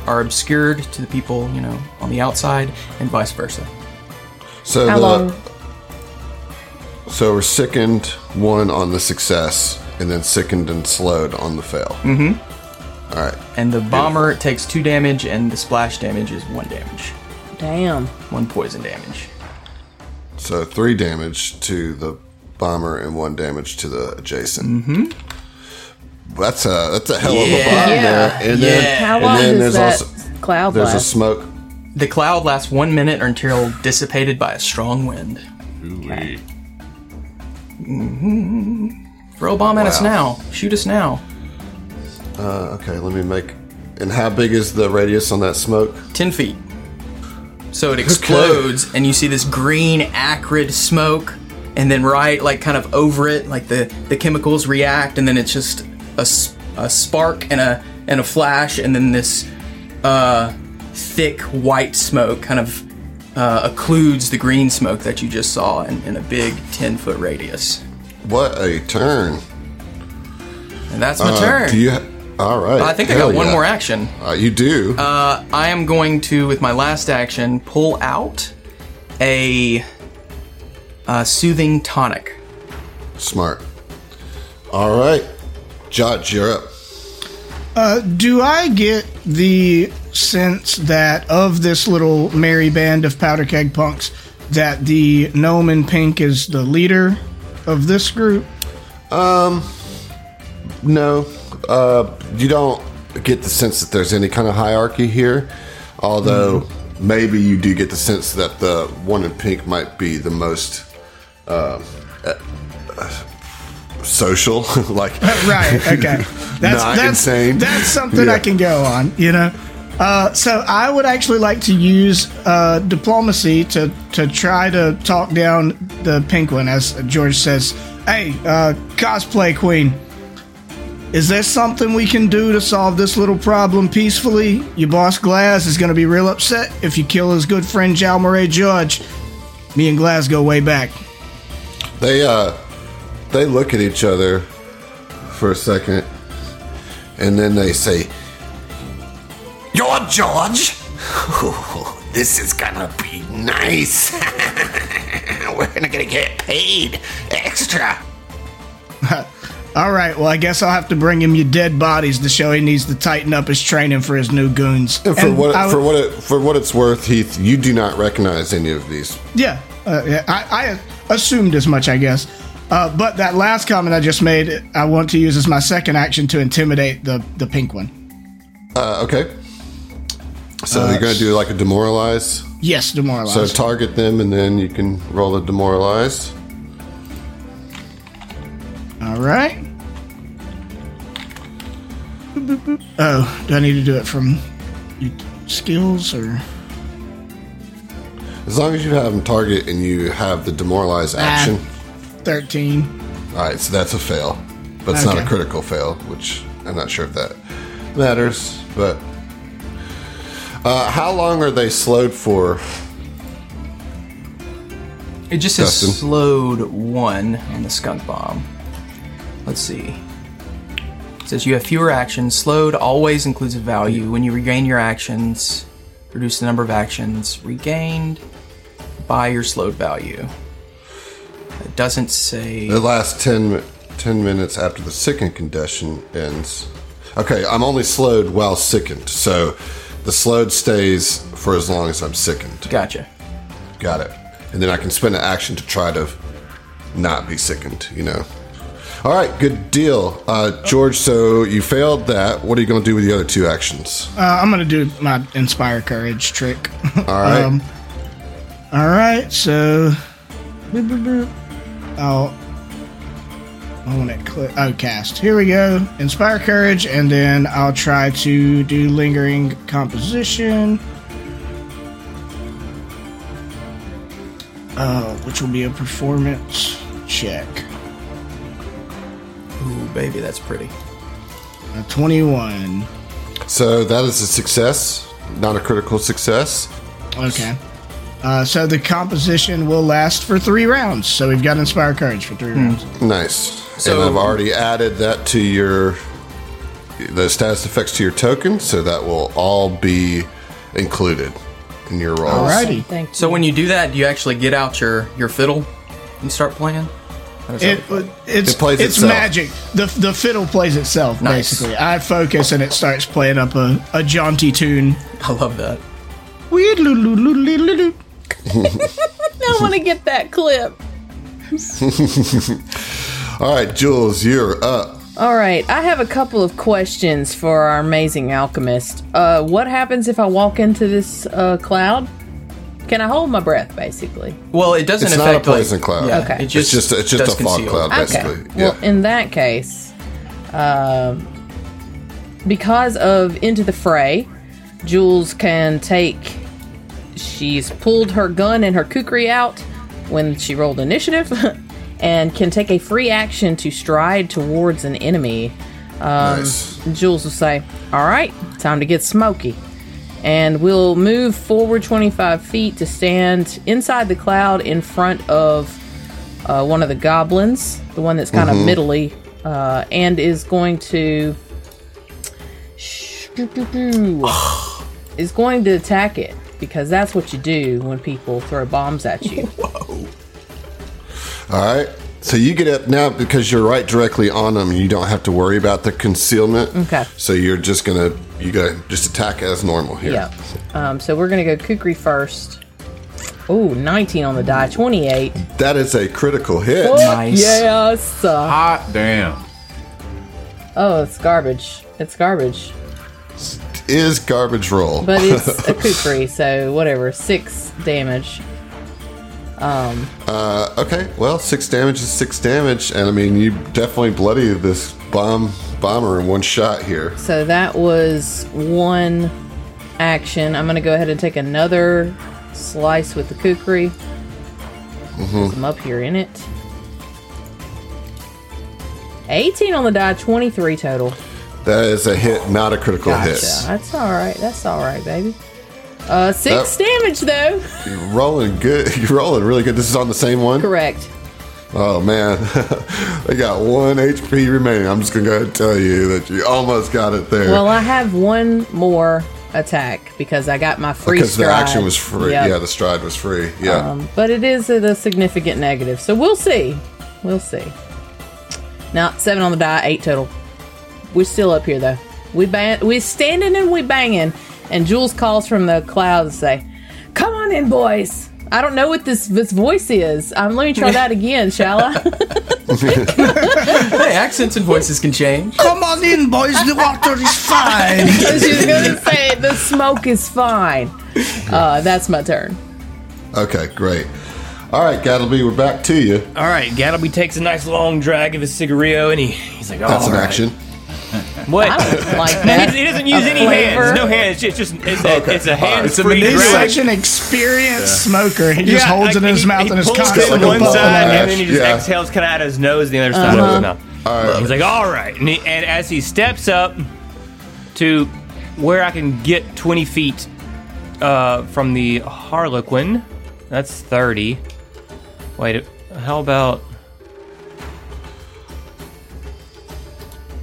C: are obscured to the people you know on the outside, and vice versa.
A: So
D: How
A: the
D: long?
A: so we're sickened one on the success, and then sickened and slowed on the fail. Mm-hmm. All right.
C: And the bomber takes two damage, and the splash damage is one damage,
D: Damn.
C: one poison damage.
A: So three damage to the bomber and one damage to the adjacent. Mm-hmm. That's a that's a hell of a bomb
C: Yeah.
A: there. And
C: Yeah.
A: then
D: Mm-hmm. How
A: and
D: long
A: then
D: does
A: there's
D: that
A: also
D: cloud
A: there's a
D: last?
A: smoke.
C: The cloud lasts one minute or until dissipated by a strong wind.
E: Ooh-wee.
C: Throw a bomb at us
A: Wow.
C: now. Shoot us now.
A: Uh, okay, let me make. And how big is the radius on that smoke?
C: 10 feet. So it explodes, and you see this green, acrid smoke, and then right, like, kind of over it, like the, the chemicals react, and then it's just a, s- a spark and a, and a flash, and then this uh, thick white smoke kind of uh, occludes the green smoke that you just saw in, in a big 10 foot radius.
A: What a turn!
C: And that's my
A: Uh,
C: turn.
A: Do you? Ha- All right.
C: I think I
A: hell
C: got one
A: yeah.
C: more action.
A: Uh, you do.
C: Uh, I am going to, with my last action, pull out a, uh soothing tonic.
A: Smart. All right, Jot, you're up.
F: Uh, do I get the sense that of this little merry band of powder keg punks that the gnome in pink is the leader of this group?
A: No, uh, you don't get the sense that there's any kind of hierarchy here. Although maybe you do get the sense that the one in pink might be the most uh, uh, social. (laughs) like,
F: (laughs) right. Okay. That's
A: Not
F: that's
A: insane.
F: that's something
A: Yeah.
F: I can go on. You know. Uh, so I would actually like to use uh, diplomacy to to try to talk down the pink one, as George says. Hey, uh, cosplay queen. Is there something we can do to solve this little problem peacefully? Your boss Glass is going to be real upset if you kill his good friend Jalmare George. Me and Glass go way back.
A: They uh they look at each other for a second and then they say You're George (laughs) This is gonna be nice (laughs) We're gonna get paid extra
F: (laughs) All right, well, I guess I'll have to bring him your dead bodies to show he needs to tighten up his training for his new goons.
A: and for
F: And
A: what
F: I would-
A: for what it, for what it's worth, Heath, you do not recognize any of these.
F: Yeah, uh, yeah, I, I assumed as much, I guess. Uh, but that last comment I just made, I want to use as my second action to intimidate the the pink one.
A: Uh, okay, so you're gonna do like a demoralize.
F: Yes,
A: So
F: demoralized.
A: target them, and then you can roll a demoralize.
F: All right. Boop, boop, boop. Oh, do I need to do it from your skills or?
A: As long as you have them target and you have the demoralize action.
F: 13.
A: All right, so that's a fail, but it's not a
F: Okay.
A: critical fail, which I'm not sure if that matters. But uh, how long are they slowed for?
C: It just says
A: Dustin.
C: slowed one on the skunk bomb. Let's see. It says you have fewer actions. Slowed always includes a value. When you regain your actions, reduce the number of actions regained by your slowed value. It doesn't say.
A: The last 10, mi- 10 minutes after the sickened condition ends. Okay, I'm only slowed while sickened, so the slowed stays for as long as I'm sickened.
C: Gotcha.
A: Got it. And then I can spend an action to try to not be sickened, you know. All right, good deal. Uh, George, so you failed that. What are you going to do with the other two actions?
F: Uh, I'm gonna do my inspire courage trick. (laughs) Um,
A: All right.
F: All right, so boop, boop, boop. I'll I want it click. Oh, cast. Here we go. Inspire courage, and then I'll try to do lingering composition. Uh, which will be a performance check.
C: Ooh, baby, that's pretty.
F: A Twenty-one.
A: so that is a success, not a critical success.
F: Okay. Uh, so the composition will last for three rounds. So we've got inspire courage for three
B: Hmm.
F: rounds.
A: Nice.
C: So-
A: and I've already added that to your the status effects to your token, so that will all be included in your rolls.
F: Alrighty.
D: Thank you.
C: So when you do that, do you actually get out your your fiddle and start playing? (laughs)
F: It, it's
A: It plays
F: it's
A: itself.
F: magic. The the fiddle plays itself
C: Nice.
F: basically. I focus and it starts playing up a, a jaunty tune.
C: I love that.
F: Wee-loo-loo-loo-loo-loo-loo.
D: I want to get that clip.
A: All right, Jules, you're up.
D: All right, I have a couple of questions for our amazing alchemist. Uh, what happens if I walk into this uh, cloud? Can I hold my breath, basically?
C: Well, it doesn't
A: It's not a
C: affect
A: poison
C: like,
A: cloud.
C: Yeah,
D: Okay.
C: it
D: It's
A: It's
C: just
A: just it's just
C: does
A: a fog
C: conceal.
A: cloud, basically.
D: Well,
A: yeah.
D: in that case, um, because of Into the Fray, Jules can take. She's pulled her gun and her kukri out when she rolled initiative, (laughs) and can take a free action to stride towards an enemy.
A: nice.
D: Jules will say, All right, time to get smoky. And we'll move forward 25 feet to stand inside the cloud in front of uh, one of the goblins, the one that's kind of middly, uh, and is going to. is going to attack it because that's what you do when people throw bombs at you.
A: All right. So you get up now because you're right directly on them. You don't have to worry about the concealment.
D: Okay.
A: So you're just gonna you gotta just attack as normal here.
D: Yeah. Um, so we're going to go Kukri first. Ooh, 19 on the die, 28.
A: That is a critical hit.
C: Nice.
D: Yes.
E: Hot damn.
D: Oh, it's garbage. It's garbage.
A: Is garbage roll.
D: But it's a kukri, so whatever. Six damage.
A: (laughs) Uh, okay. Well, six damage is six damage, and I mean you definitely bloody this bomb bomber in one shot here.
D: So that was one action. I'm going to go ahead and take another slice with the kukri. 'Cause I'm up here in it. 18 on the die, 23 total.
A: That is a hit, not a critical
D: Gotcha. That's all right. That's all right, baby. Uh, six
A: That-
D: damage, though. (laughs)
A: hit. You're rolling good. (laughs) You're rolling really good. This is on the same one.
D: Correct.
A: Oh man, (laughs) I got one HP remaining. I'm just gonna go ahead and tell you that you almost got it there.
D: Well, I have one more attack because I got my free
A: because
D: stride.
A: the action was free.
D: Yep.
A: Yeah, the stride was free. Yeah.
D: Um, but it is at a significant negative, so we'll see. We'll see. Now seven on the die, eight total. We're still up here though. We bang, we're standing and we banging. And Jules calls from the clouds to say, "Come on in, boys." I don't know what this this voice is. Um, let me try that again, shall
C: (laughs)
D: I? (laughs)
C: Hey, accents and voices can change.
F: Come on in, boys. The water is fine.
D: She's gonna say the smoke is fine. Uh, that's my turn.
A: Okay, great. All right, Gattleby, we're back to you.
B: All right, Gattleby takes a nice long drag of his cigarillo, and he, he's like, oh,
A: That's an action.
D: I
B: What?
D: don't like
B: He
D: that.
B: doesn't- (laughs) he doesn't use any
D: flavor.
B: hands. No hands. It's just it's a, it's a
E: All right.
B: hands
E: It's a
B: free
E: maneuver.
F: He's
B: drag.
F: such an experienced smoker. He just
B: Yeah,
F: holds it
B: like,
F: in his
B: he-
F: mouth
B: he
F: and it's
B: pulls it
F: constantly
A: like
B: on
A: a
B: one
A: bubble
B: side,
A: in
B: and
A: ash.
B: then he just
A: Yeah. Uh-huh.
B: exhales kind of out of his nose, and the other side of his mouth. He's like, all right. And, he, and as he steps up to where I can get 20 feet uh, from the Harlequin, that's 30. Wait, how about.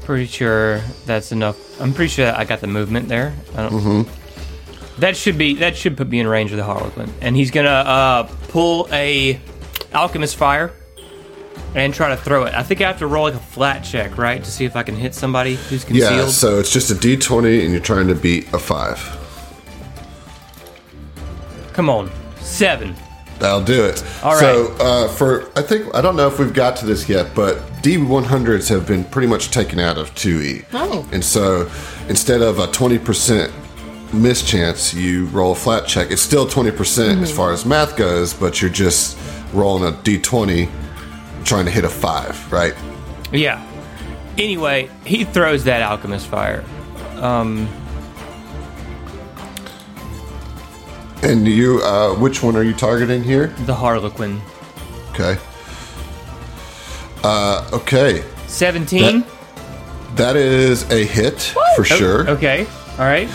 B: Pretty sure that's enough. I'm pretty sure I got the movement there. I don't,
A: Mm-hmm.
B: that should be that should put me in range of the Harlequin, and he's gonna uh, pull a alchemist fire and try to throw it. I think I have to roll like a flat check, right, to see if I can hit somebody who's
A: Yeah.
B: concealed.
A: So it's just a D20, and you're trying to beat a five.
B: Come on, seven.
A: That'll do it.
B: All
A: So
B: right.
A: uh, for I think I don't know if we've got to this yet, but D100s have been pretty much taken out of 2E.
D: Oh.
A: And so instead of a 20% mischance, you roll a flat check. It's still 20% percent as far as math goes, but you're just rolling a d20 trying to hit a 5, right?
B: Yeah. Anyway, he throws that alchemist fire. Um,
A: And you uh, which one are you targeting here?
B: the Harlequin,
A: Okay. Uh, okay.
B: seventeen.
A: That- That is a hit for sure.
B: Oh, Okay. All right.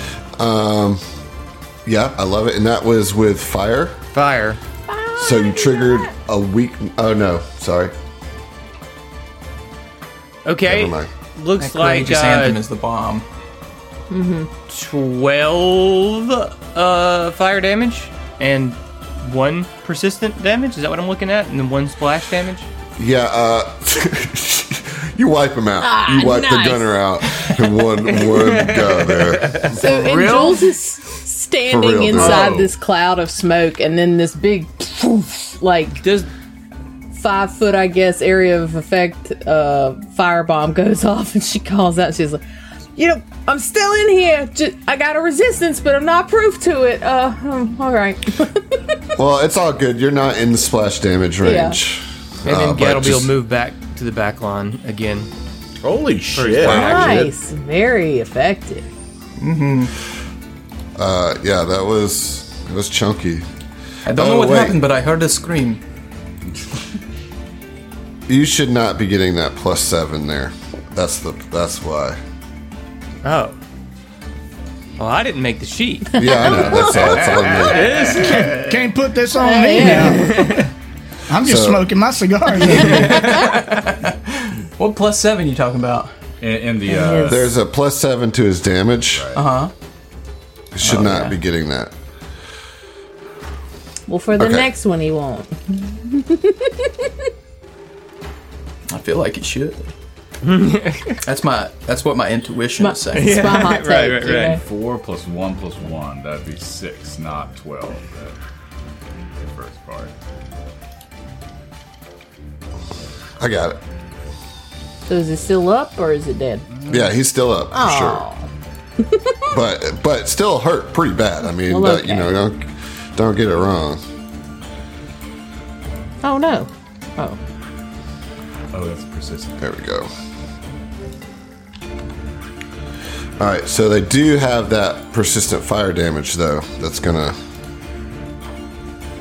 A: Yeah, I love it. And that was with fire.
B: Fire.
D: Oh,
A: So you triggered a weak. Oh no, sorry.
B: Okay.
A: Never mind.
B: Looks
C: That
B: like
C: courageous anthem
B: uh,
C: is the bomb.
B: twelve uh, fire damage and one persistent damage. Is that what I'm looking at? And then one splash damage.
A: Yeah, uh, (laughs) you wipe him out.
D: Ah,
A: you wipe
D: nice.
A: the gunner out in
D: (laughs)
A: one one go there.
D: So and
C: real?
D: Jules is standing
A: For real, dude.
D: inside
E: Oh.
D: this cloud of smoke, and then this big, poof, like
B: Does
D: five foot, I guess, area of effect uh, firebomb goes (laughs) off, and she calls out. She's like, "You know, I'm still in here. Ju- I got a resistance, but I'm not proof to it. Uh, hmm, all right. (laughs)
A: Well, it's all good. You're not in the splash damage range.
B: and then
A: Uh, but
B: Gattleby
A: just-
B: will move back to the back line again.
E: Holy shit!
D: nice, very effective.
A: Uh, yeah, that was that was chunky.
C: I don't
A: Oh,
C: know what
A: wait.
C: happened, but I heard a scream.
A: You should not be getting that plus seven there. That's the that's why.
B: Oh.
C: Oh,
B: Well, I didn't make the sheet.
A: Yeah, I know. That's all. That's
D: (laughs)
A: all me.
F: (laughs) Can't put this on me now.
B: (laughs)
F: I'm just
A: So-
F: smoking
A: (laughs)
F: my cigar.
C: What plus seven you talking about?
E: And, and the uh,
A: There's a plus seven to his damage. Uh
D: Uh-huh.
A: huh. Should
C: Oh,
A: not be getting that.
D: Well, for the
A: Okay.
D: next one, he won't.
C: I feel like it should. that's my. That's what my intuition is
D: (laughs)
C: saying.
D: It's my hot
B: Right,
D: take.
B: right,
D: you know?
B: right.
E: four plus one plus one, that'd be six, not twelve. that- The first part.
A: I got it.
D: So is it still up or is it dead?
A: Yeah, he's still up for
D: Oh,
A: sure, but but still hurt pretty bad. I mean,
D: Well,
A: uh, you know,
D: okay.
A: don't don't get it wrong.
D: oh no. Oh,
E: Oh, that's persistent.
A: There we go. All right, so they do have that persistent fire damage though. That's gonna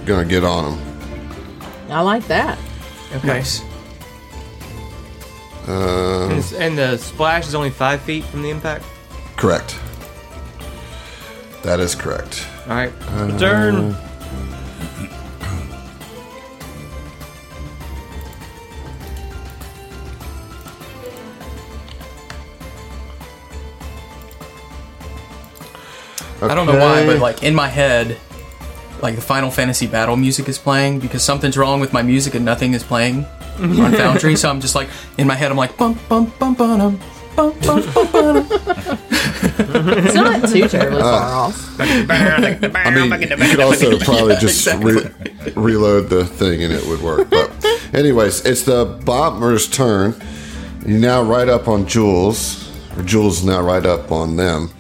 A: gonna get on them.
D: I like that.
C: Okay. Nice.
A: Uh,
B: And s- And the splash is only five feet from the impact.
A: Correct. That is correct.
B: All right,
A: Uh,
B: return.
C: I don't know why, but
A: Okay.
C: like in my head, like the Final Fantasy battle music is playing because something's wrong with my music and nothing is playing on Foundry. so I'm just like in my head, I'm like bum bum bum bum bum bum bum. bum.
D: It's not too terribly far off.
A: I mean, you could also
C: (laughs)
A: probably just re- reload the thing and it would work. But, anyways, it's the bomber's turn. You now right up on Jules, or Jules is now right up on them.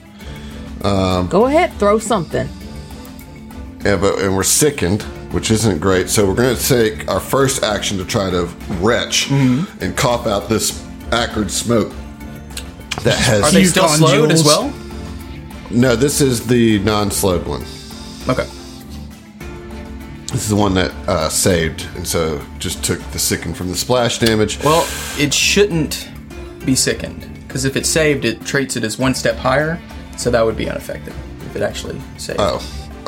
D: Go ahead, throw something.
A: Yeah, but, and we're sickened, which isn't great. So we're going to take our first action to try to retch
C: Mm-hmm.
A: and cough out this acrid smoke that has.
C: Are they
F: You
C: still
F: gone,
C: slowed as
F: Jules?
C: well?
A: no, this is the non-slowed one.
C: Okay.
A: This is the one that uh, saved, and so just took the sickened from the splash damage.
C: Well, it shouldn't be sickened because if it's saved, it treats it as one step higher, so that would be unaffected if it actually saved.
A: Oh,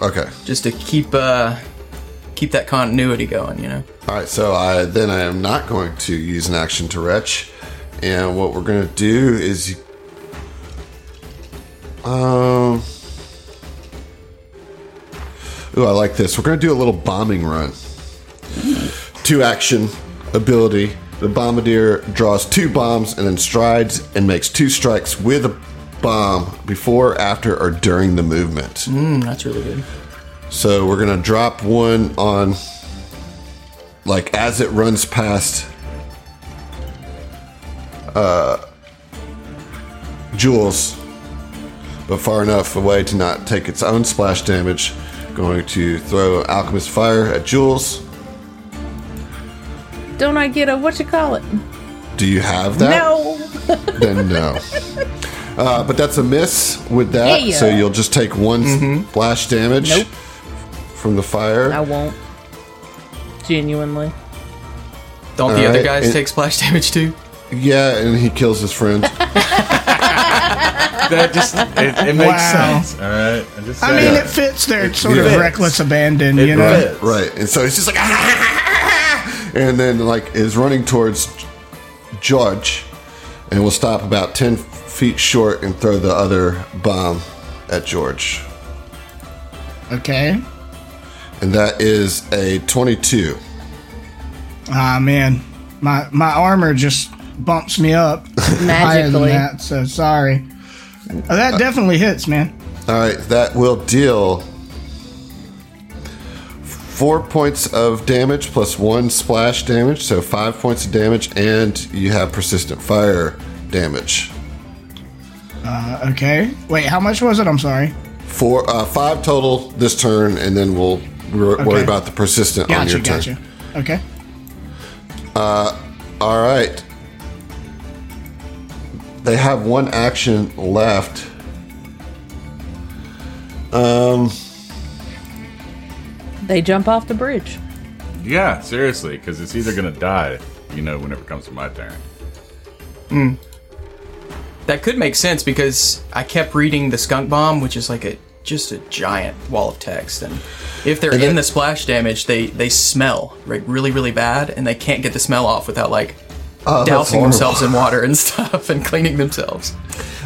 A: okay.
C: Just to keep uh keep that continuity going, you know.
A: All right, so I then I am not going to use an action to retch, and what we're going to do is, um, ooh, I like this. We're going to do a little bombing run. Two action ability. The bombardier draws two bombs and then strides and makes two strikes with a bomb before, after, or during the movement.
C: Mm, that's really good.
A: So we're gonna drop one on, like as it runs past, uh, Jules, but far enough away to not take its own splash damage. Going to throw Alchemist Fire at Jules.
D: Don't I get a what you call it?
A: Do you have that?
D: No.
A: (laughs) Then no. Uh, but that's a miss with that,
D: Yeah.
A: so you'll just take one splash damage
D: Nope.
A: from the fire.
D: I won't. Genuinely.
C: Don't the other
A: Alright,
C: guys
A: it-
C: take splash damage too?
A: Yeah, and he kills his friend.
E: That
F: (laughs)
E: just it, it makes
F: Wow.
E: sense. All right, I just
F: I
E: said
F: mean,
E: it.
F: it fits their sort
A: fits.
F: of reckless abandon, you know.
E: fits.
A: Right, and so he's just like, (laughs) and then like is running towards George, and will stop about ten feet short and throw the other bomb at George,
F: Okay.
A: and that is a twenty-two.
F: Ah man, My my armor just bumps me up higher than
D: Magically.
F: that. So sorry. Uh, that definitely hits, man.
A: All right, that will deal four points of damage plus one splash damage, so five points of damage, and you have persistent fire damage.
F: Uh, okay. Wait, how much was it? I'm sorry.
A: Four, uh, five total this turn, and then we'll wor- worry
F: Okay.
A: about the persistent on
F: Gotcha,
A: your
F: gotcha.
A: turn.
F: Okay.
A: All right, they have one action left. Um.
D: They jump off the bridge.
E: Yeah, seriously, because it's either gonna die, you know, whenever it comes to my turn.
C: That could make sense because I kept reading the skunk bomb, which is like a just a giant wall of text. And if they're in
A: it-
C: the splash damage, they they smell like really really bad, and they can't get the smell off without like
F: Uh,
A: Oh, that's
C: dousing
A: horrible.
C: themselves in water and (laughs) stuff and cleaning themselves.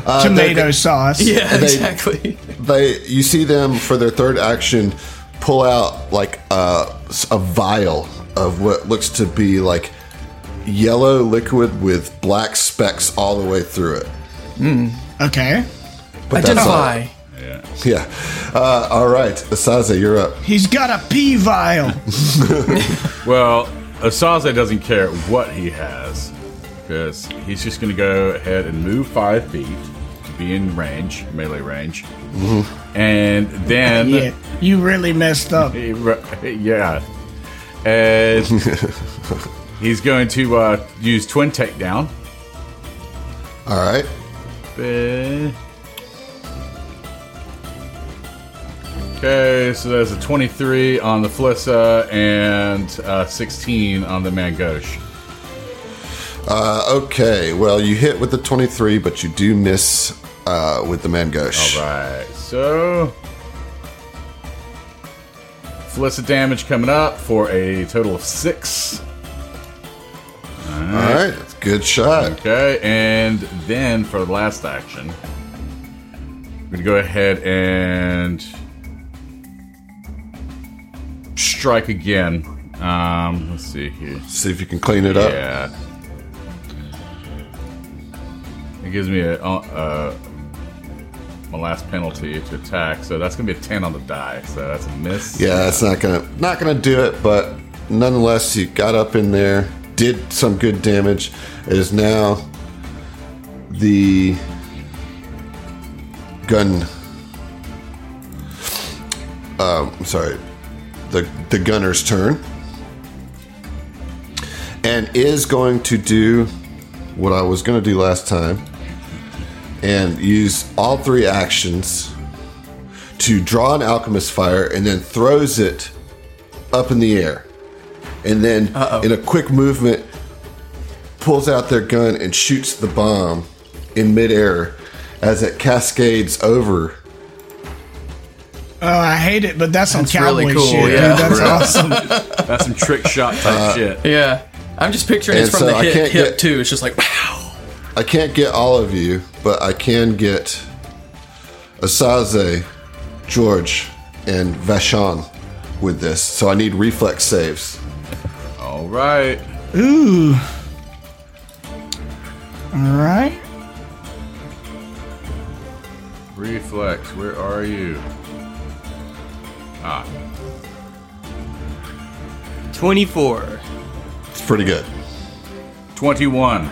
F: Tomato sauce.
C: Yeah, (laughs)
A: they-
C: exactly.
A: they you see them for their third action pull out like a, a vial of what looks to be like yellow liquid with black specks all the way through it
F: Okay.
A: but
C: Identify.
A: all yeah uh, all right asaza you're up
F: He's got a pee vial.
E: Well, Asaze doesn't care what he has because he's just going to go ahead and move five feet to be in range, melee range, and then
F: Mm-hmm. yeah. You really messed up.
E: He ru- yeah, and he's going to uh, use twin takedown.
A: all right
E: Eh. Okay, so there's a 23 on the Flissa and uh, 16 on the Mangosh.
A: uh, okay well you hit with the 23 but you do miss uh, with the mangosh
E: Alright, so. Felicit damage coming up for a total of six.
A: all right that's a good shot
E: Okay, and then for the last action, I'm gonna go ahead and strike again. Um, let's see here.
A: see if you can clean it up
E: Yeah. It gives me a, uh, uh, my last penalty to attack, so that's gonna be a ten on the die. So that's a miss.
A: Yeah, that's not gonna not gonna do it, but nonetheless, you got up in there, did some good damage. It is now the gun. Um, I'm sorry, the the gunner's turn, and is going to do what I was going to do last time, and use all three actions to draw an alchemist fire and then throws it up in the air. And then, in a quick movement, pulls out their gun and shoots the bomb in midair as it cascades over.
F: Oh, I hate it, but that's some
C: That's
F: cowboy
C: really cool,
F: shit,
C: yeah.
F: dude. That's awesome.
E: (laughs) that's some trick shot type
A: Uh,
E: shit.
C: Yeah, I'm just picturing it's
A: and
C: from
A: so
C: the
A: uh, I
C: hip,
A: can't
C: hip
A: get-
C: too. It's just like wow.
A: I can't get all of you, but I can get Asaze, George, and Vashon with this. So I need reflex saves.
E: All right.
F: Ooh. All right.
E: Reflex, where are you? Ah,
B: 24.
A: It's pretty good.
E: 21.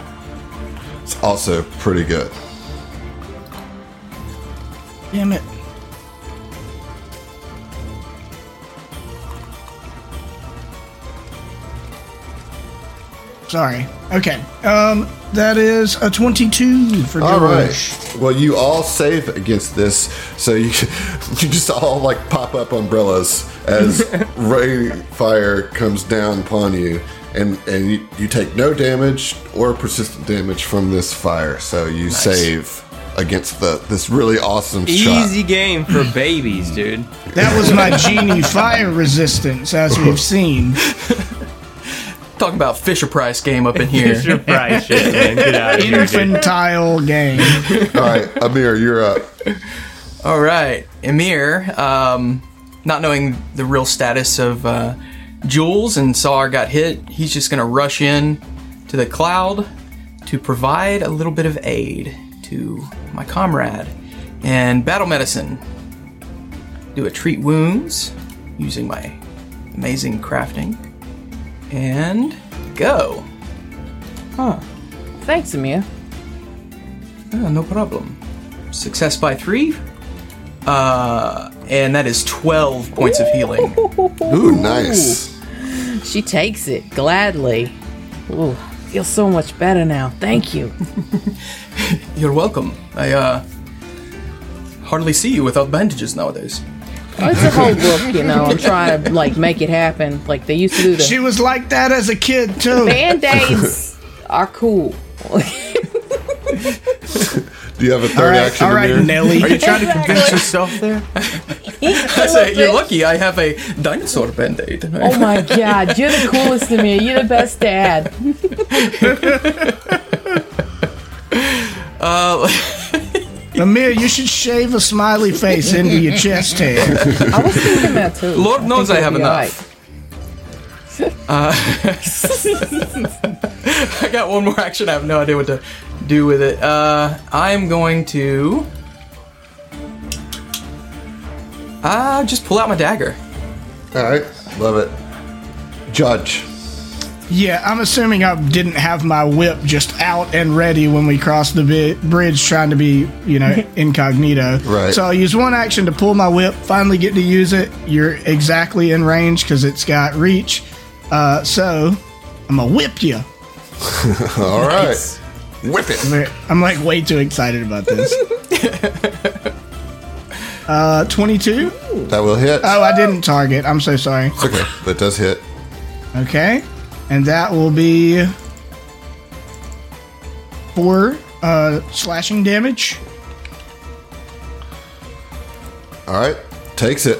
A: It's also pretty good.
F: Damn it. Sorry. Okay. Um, that is a twenty-two for George.
A: All right. Well, you all save against this, so you (laughs) you just all like pop up umbrellas as
F: (laughs)
A: rain fire comes down upon you, and and you, you take no damage or persistent damage from this fire, so you save against the this really awesome
B: Easy
A: shot.
B: game for babies, dude.
F: That was my
A: (laughs)
F: genie fire resistance, as we've seen.
C: Talking about Fisher Price game up in here.
B: Fisher Price shit, man. Get out of here, dude.
F: Infantile game.
A: All right, Amir, you're
F: (laughs)
A: up.
C: All right, Emir, um, not knowing the real status of uh, Jules and Sar got hit, he's just gonna rush in, to the cloud to provide a little bit of aid to my comrade. And battle medicine. Do a treat wounds using my amazing crafting. And go.
D: Thanks, Amir.
C: Ah, no problem. Success by three. Uh, and that is 12 points of healing.
A: Ooh, nice.
D: (laughs) She takes it gladly. Ooh, feels so much better now. Thank you.
C: You're welcome. I, uh, hardly see you without bandages nowadays.
D: Well, it's a whole book, you know. I'm trying to like make it happen, like they used to do. The
F: She was like that as a kid
D: (laughs)
F: too.
D: band-aids are cool.
A: Do you have a third
F: All right,
A: action?
F: all right,
A: Amir?
F: Nelly.
E: Are you trying to convince yourself there?
C: I say, you're lucky I have a dinosaur band aid. (laughs)
D: Oh my god, you're the coolest to me. You're the best dad.
F: Amir, you should shave a smiley face into your chest hair.
D: I was thinking that too.
C: (laughs) Lord
D: I
C: knows
D: think
C: I have
D: it'll be
C: enough. I got one more action. I have no idea what to do with it. Uh, I'm going to. Uh, just pull out my dagger.
A: All right, love it. Judge.
F: Yeah, I'm assuming I didn't have my whip just out and ready when we crossed the bi- bridge, trying to be, you know, incognito.
A: Right.
F: So I'll use one action to pull my whip. Finally, get to use it. You're exactly in range because it's got reach. Uh, so I'm gonna whip you.
A: All right, whip it.
F: I'm like way too excited about this. Uh, 22.
A: That will hit.
F: Oh, I didn't target. I'm so sorry.
A: Okay, that does hit.
F: Okay. And that will be four uh, slashing damage.
A: All right, takes it.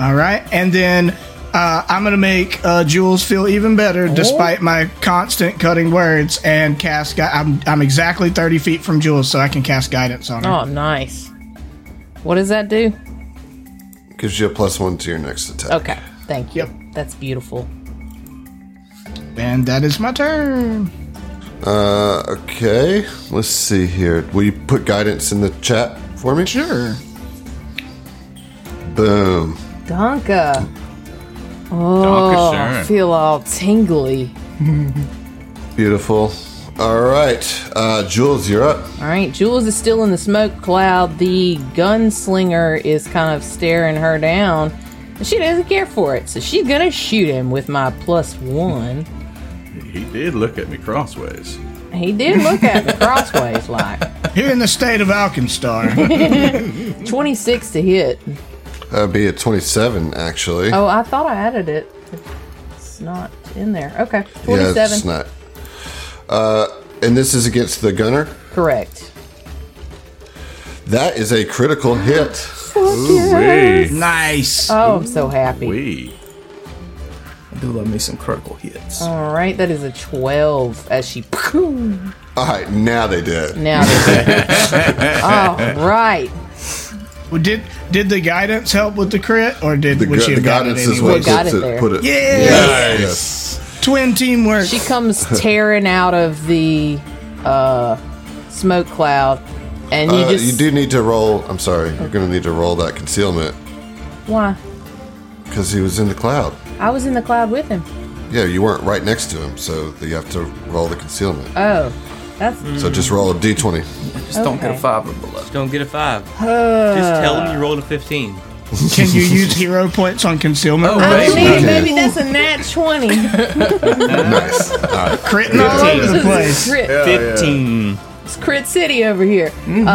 F: All right. And then uh, I'm going to make uh, Jules feel even better despite my constant cutting words and cast. Gui- I'm, I'm exactly 30 feet from Jules, so I can cast guidance on her.
D: Oh, nice. What does that do?
A: Gives you a plus one to your next attack.
D: Okay, thank you.
F: Yep.
D: That's beautiful.
F: And that is my turn.
A: Uh, okay. Let's see here. Will you put guidance in the chat for me?
F: Sure.
A: Boom.
D: Donka.
E: Oh,
D: I feel all tingly.
A: Beautiful. All right, uh, Jules, you're up.
D: All right, Jules is still in the smoke cloud. The gunslinger is kind of staring her down. and She doesn't care for it, so she's gonna shoot him with my plus one.
E: He did look at me crossways.
D: He did look at me crossways like
F: Here in the state of Alkenstar.
D: 26 to hit.
A: That'd be a 27, actually.
D: Oh, I thought I added it. It's not in there. Okay,
A: yeah,
D: 27.
A: it's not. Uh, and this is against the gunner.
D: Correct.
A: That is a critical hit.
E: Ooh, wee.
F: nice.
D: Oh, I'm so happy.
E: Wee.
C: I do love me some critical hits.
D: All right, that is a 12 as she. (laughs)
A: All right, now they did.
D: Now.
A: (laughs)
D: All right.
F: Well, did did the guidance help with the crit, or did
A: The,
F: would
A: gu-
F: she
A: the
F: have gotten it
A: guidance is
F: anyway?
A: what
D: They got
A: puts
D: it
A: it,
D: there.
A: put it.
F: Yes!
A: Yes.
F: Twin teamwork.
D: She comes tearing out of the uh, smoke cloud, and you
A: Uh,
D: just.
A: you do need to roll. I'm sorry. You're going to need to roll that concealment
D: Why?
A: because he was in the cloud.
D: I was in the cloud with him.
A: Yeah, you weren't right next to him, so you have to roll the concealment.
D: Oh, that's.
F: Mm.
A: so just roll a d20.
C: Just don't get a
D: okay.
C: five or below.
B: Don't get a five. Just tell him you rolled a 15.
F: Can you use hero points on concealment?
C: Oh,
F: rolls?
C: baby.
F: Uh,
A: Okay.
D: Baby, baby, that's a nat
F: (laughs)
D: 20.
A: nice. All right.
F: Critting all over the
D: Oh, This is
F: place.
D: crit.
B: 15.
D: It's crit city over here.
E: Mm-hmm.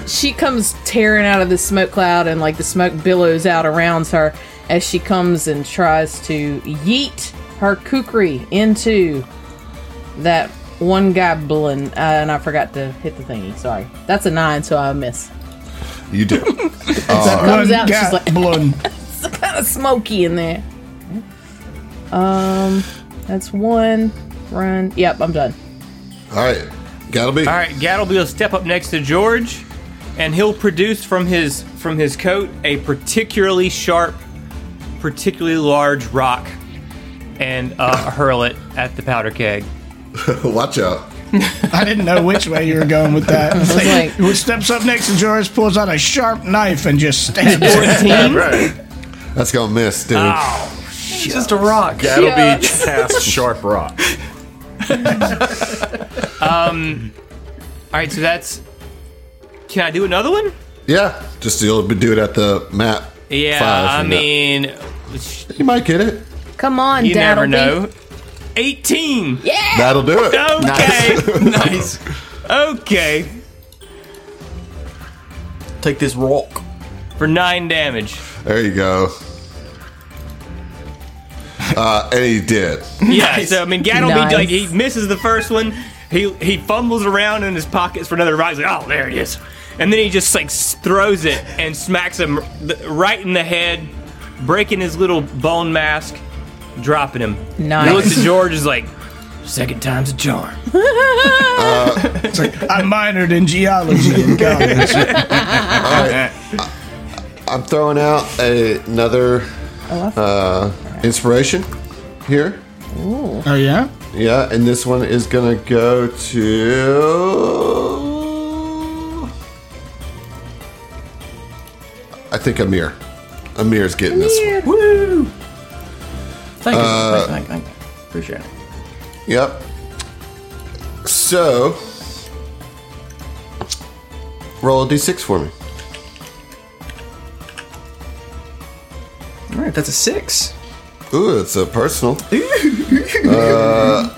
D: Um, she comes tearing out of the smoke cloud and like the smoke billows out around her as she comes and tries to yeet her kukri into that one goblin uh, and i forgot to hit the thingy sorry that's a nine so i miss
A: You do.
F: That
D: Comes
F: one
D: out, she's
F: got
D: like-
F: blown.
D: kind of smoky in there um that's one run yep i'm done
A: All right. Gotta be.
B: All right, Gattleby will step up next to George, and he'll produce from his from his coat a particularly sharp, particularly large rock, and uh, hurl it at the powder keg.
A: (laughs) Watch out.
F: I didn't know which way you were going
D: (laughs)
F: with that. It's
D: was like-
F: like, steps up next to George, pulls out a sharp knife, and just
D: (laughs)
F: stabs.
E: right.
A: That's gonna miss, dude.
B: Oh,
C: It's just a rock.
E: That'll be
D: Shucks.
E: cast sharp rock.
B: All right, so that's. Can I do another one?
A: (laughs) Yeah, just you'll do it at the map.
B: Yeah,
A: five
B: I
A: and
B: mean,
A: that- you might get it.
D: Come on,
B: you
D: Dad.
B: never know. 18. Yeah.
D: (laughs)
A: That'll do
B: (laughs)
A: it.
B: Okay.
C: nice.
B: okay.
C: Take this rock.
B: For
D: (laughs)
B: nine damage.
A: There you go. Uh, and he did.
B: Yeah. So I mean, Gaddle
D: Nice.
B: like he misses the first one. He he fumbles around in his pockets for another rock. He's like, oh, there it is. And then he just like s- throws it and smacks him th- right in the head, breaking his little bone mask, dropping him.
D: Nice.
B: He looks at George is like, second time's a charm.
F: I minored in
D: (laughs)
F: geology in college.
A: I'm throwing out a, another uh, inspiration here.
F: Oh yeah.
A: Yeah, and this one is gonna go to. I think Amir. Amir's getting this one.
C: Woo! Thank you. thank, thank, thank. Appreciate it.
A: Yep. So, roll a d6 for me.
C: All right, that's a six.
A: Ooh, it's a personal. uh,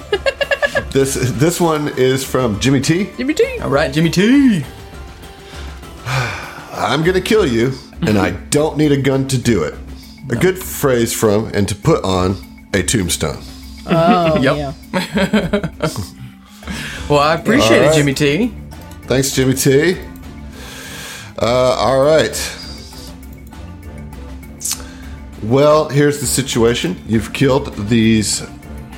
A: this this one is from Jimmy T.
D: Jimmy T.
C: All right, Jimmy T.
A: I'm gonna kill you, and I don't need a gun to do it. A good phrase from and to put on a tombstone.
C: yep.
D: Oh, Yeah.
C: Well, I appreciate
A: All right.
C: it, Jimmy T.
A: Thanks, Jimmy T. Uh, all right. Well, here's the situation. You've killed these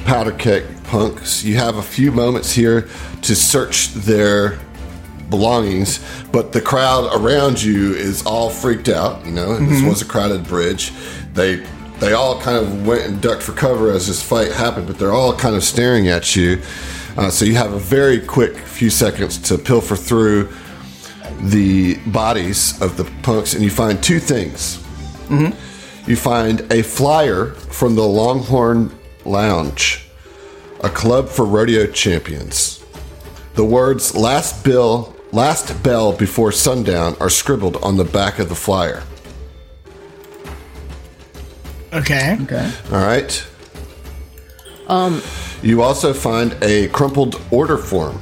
A: powder keg punks. You have a few moments here to search their belongings, but the crowd around you is all freaked out. You know, this was a crowded bridge. They they all kind of went and ducked for cover as this fight happened, but they're all kind of staring at you. Uh, so you have a very quick few seconds to pilfer through the bodies of the punks, and you find two things. You find a flyer from the Longhorn Lounge, a club for rodeo champions. The words last bill, last bell before sundown are scribbled on the back of the flyer.
F: Okay.
C: Okay.
A: All right. Um you also find a crumpled order form.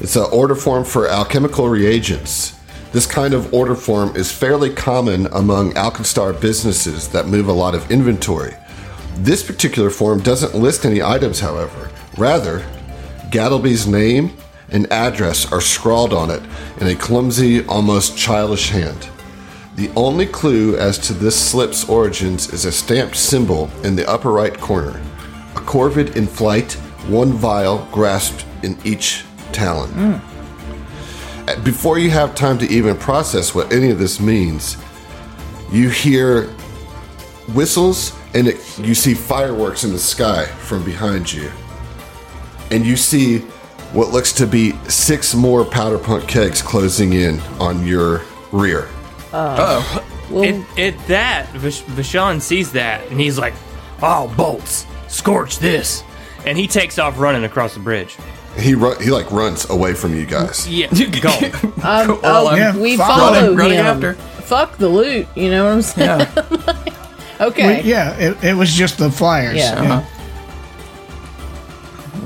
A: It's an order form for alchemical reagents. This kind of order form is fairly common among Alkenstar businesses that move a lot of inventory. This particular form doesn't list any items, however. Rather, Gattleby's name and address are scrawled on it in a clumsy, almost childish hand. The only clue as to this slip's origins is a stamped symbol in the upper right corner a corvid in flight, one vial grasped in each talon. Uh, Before you have time to even process what any of this means, you hear whistles and it, you see fireworks in the sky from behind you. And you see what looks to be six more powder punk kegs closing in on your rear.
B: At, at that, Vish- Vishan sees that and he's like, oh, bolts, scorch this. And he takes off running across the bridge.
A: He run, he like runs away from you guys.
B: Yeah,
D: (laughs)
B: gone.
C: Cool.
D: Oh,
C: I'm-
F: yeah.
D: we
F: follow
D: follow
C: him, running
D: him.
C: after.
D: Fuck the loot. You know what I'm saying? (laughs)
C: yeah.
D: Okay.
F: Yeah, it, it was just the flyers.
D: Yeah.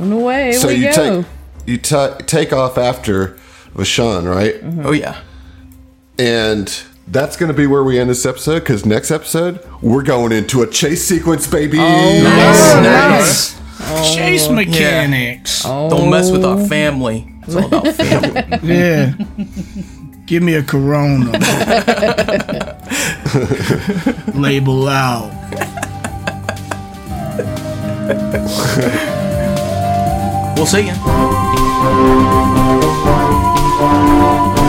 D: And away
A: so
D: we
A: you
D: go.
A: take you ta take off after Vashan, right?
D: Mm-hmm.
C: Oh yeah.
A: And that's gonna be where we end this episode. Because next episode we're going into a chase sequence, baby.
C: Nice.
F: Oh,
C: nice.
D: Uh-huh. Oh.
F: Chase mechanics.
C: Don't mess with our family. It's all about family.
F: Yeah. Give me
D: (laughs)
F: a Corona. Label out.
C: we'll see you.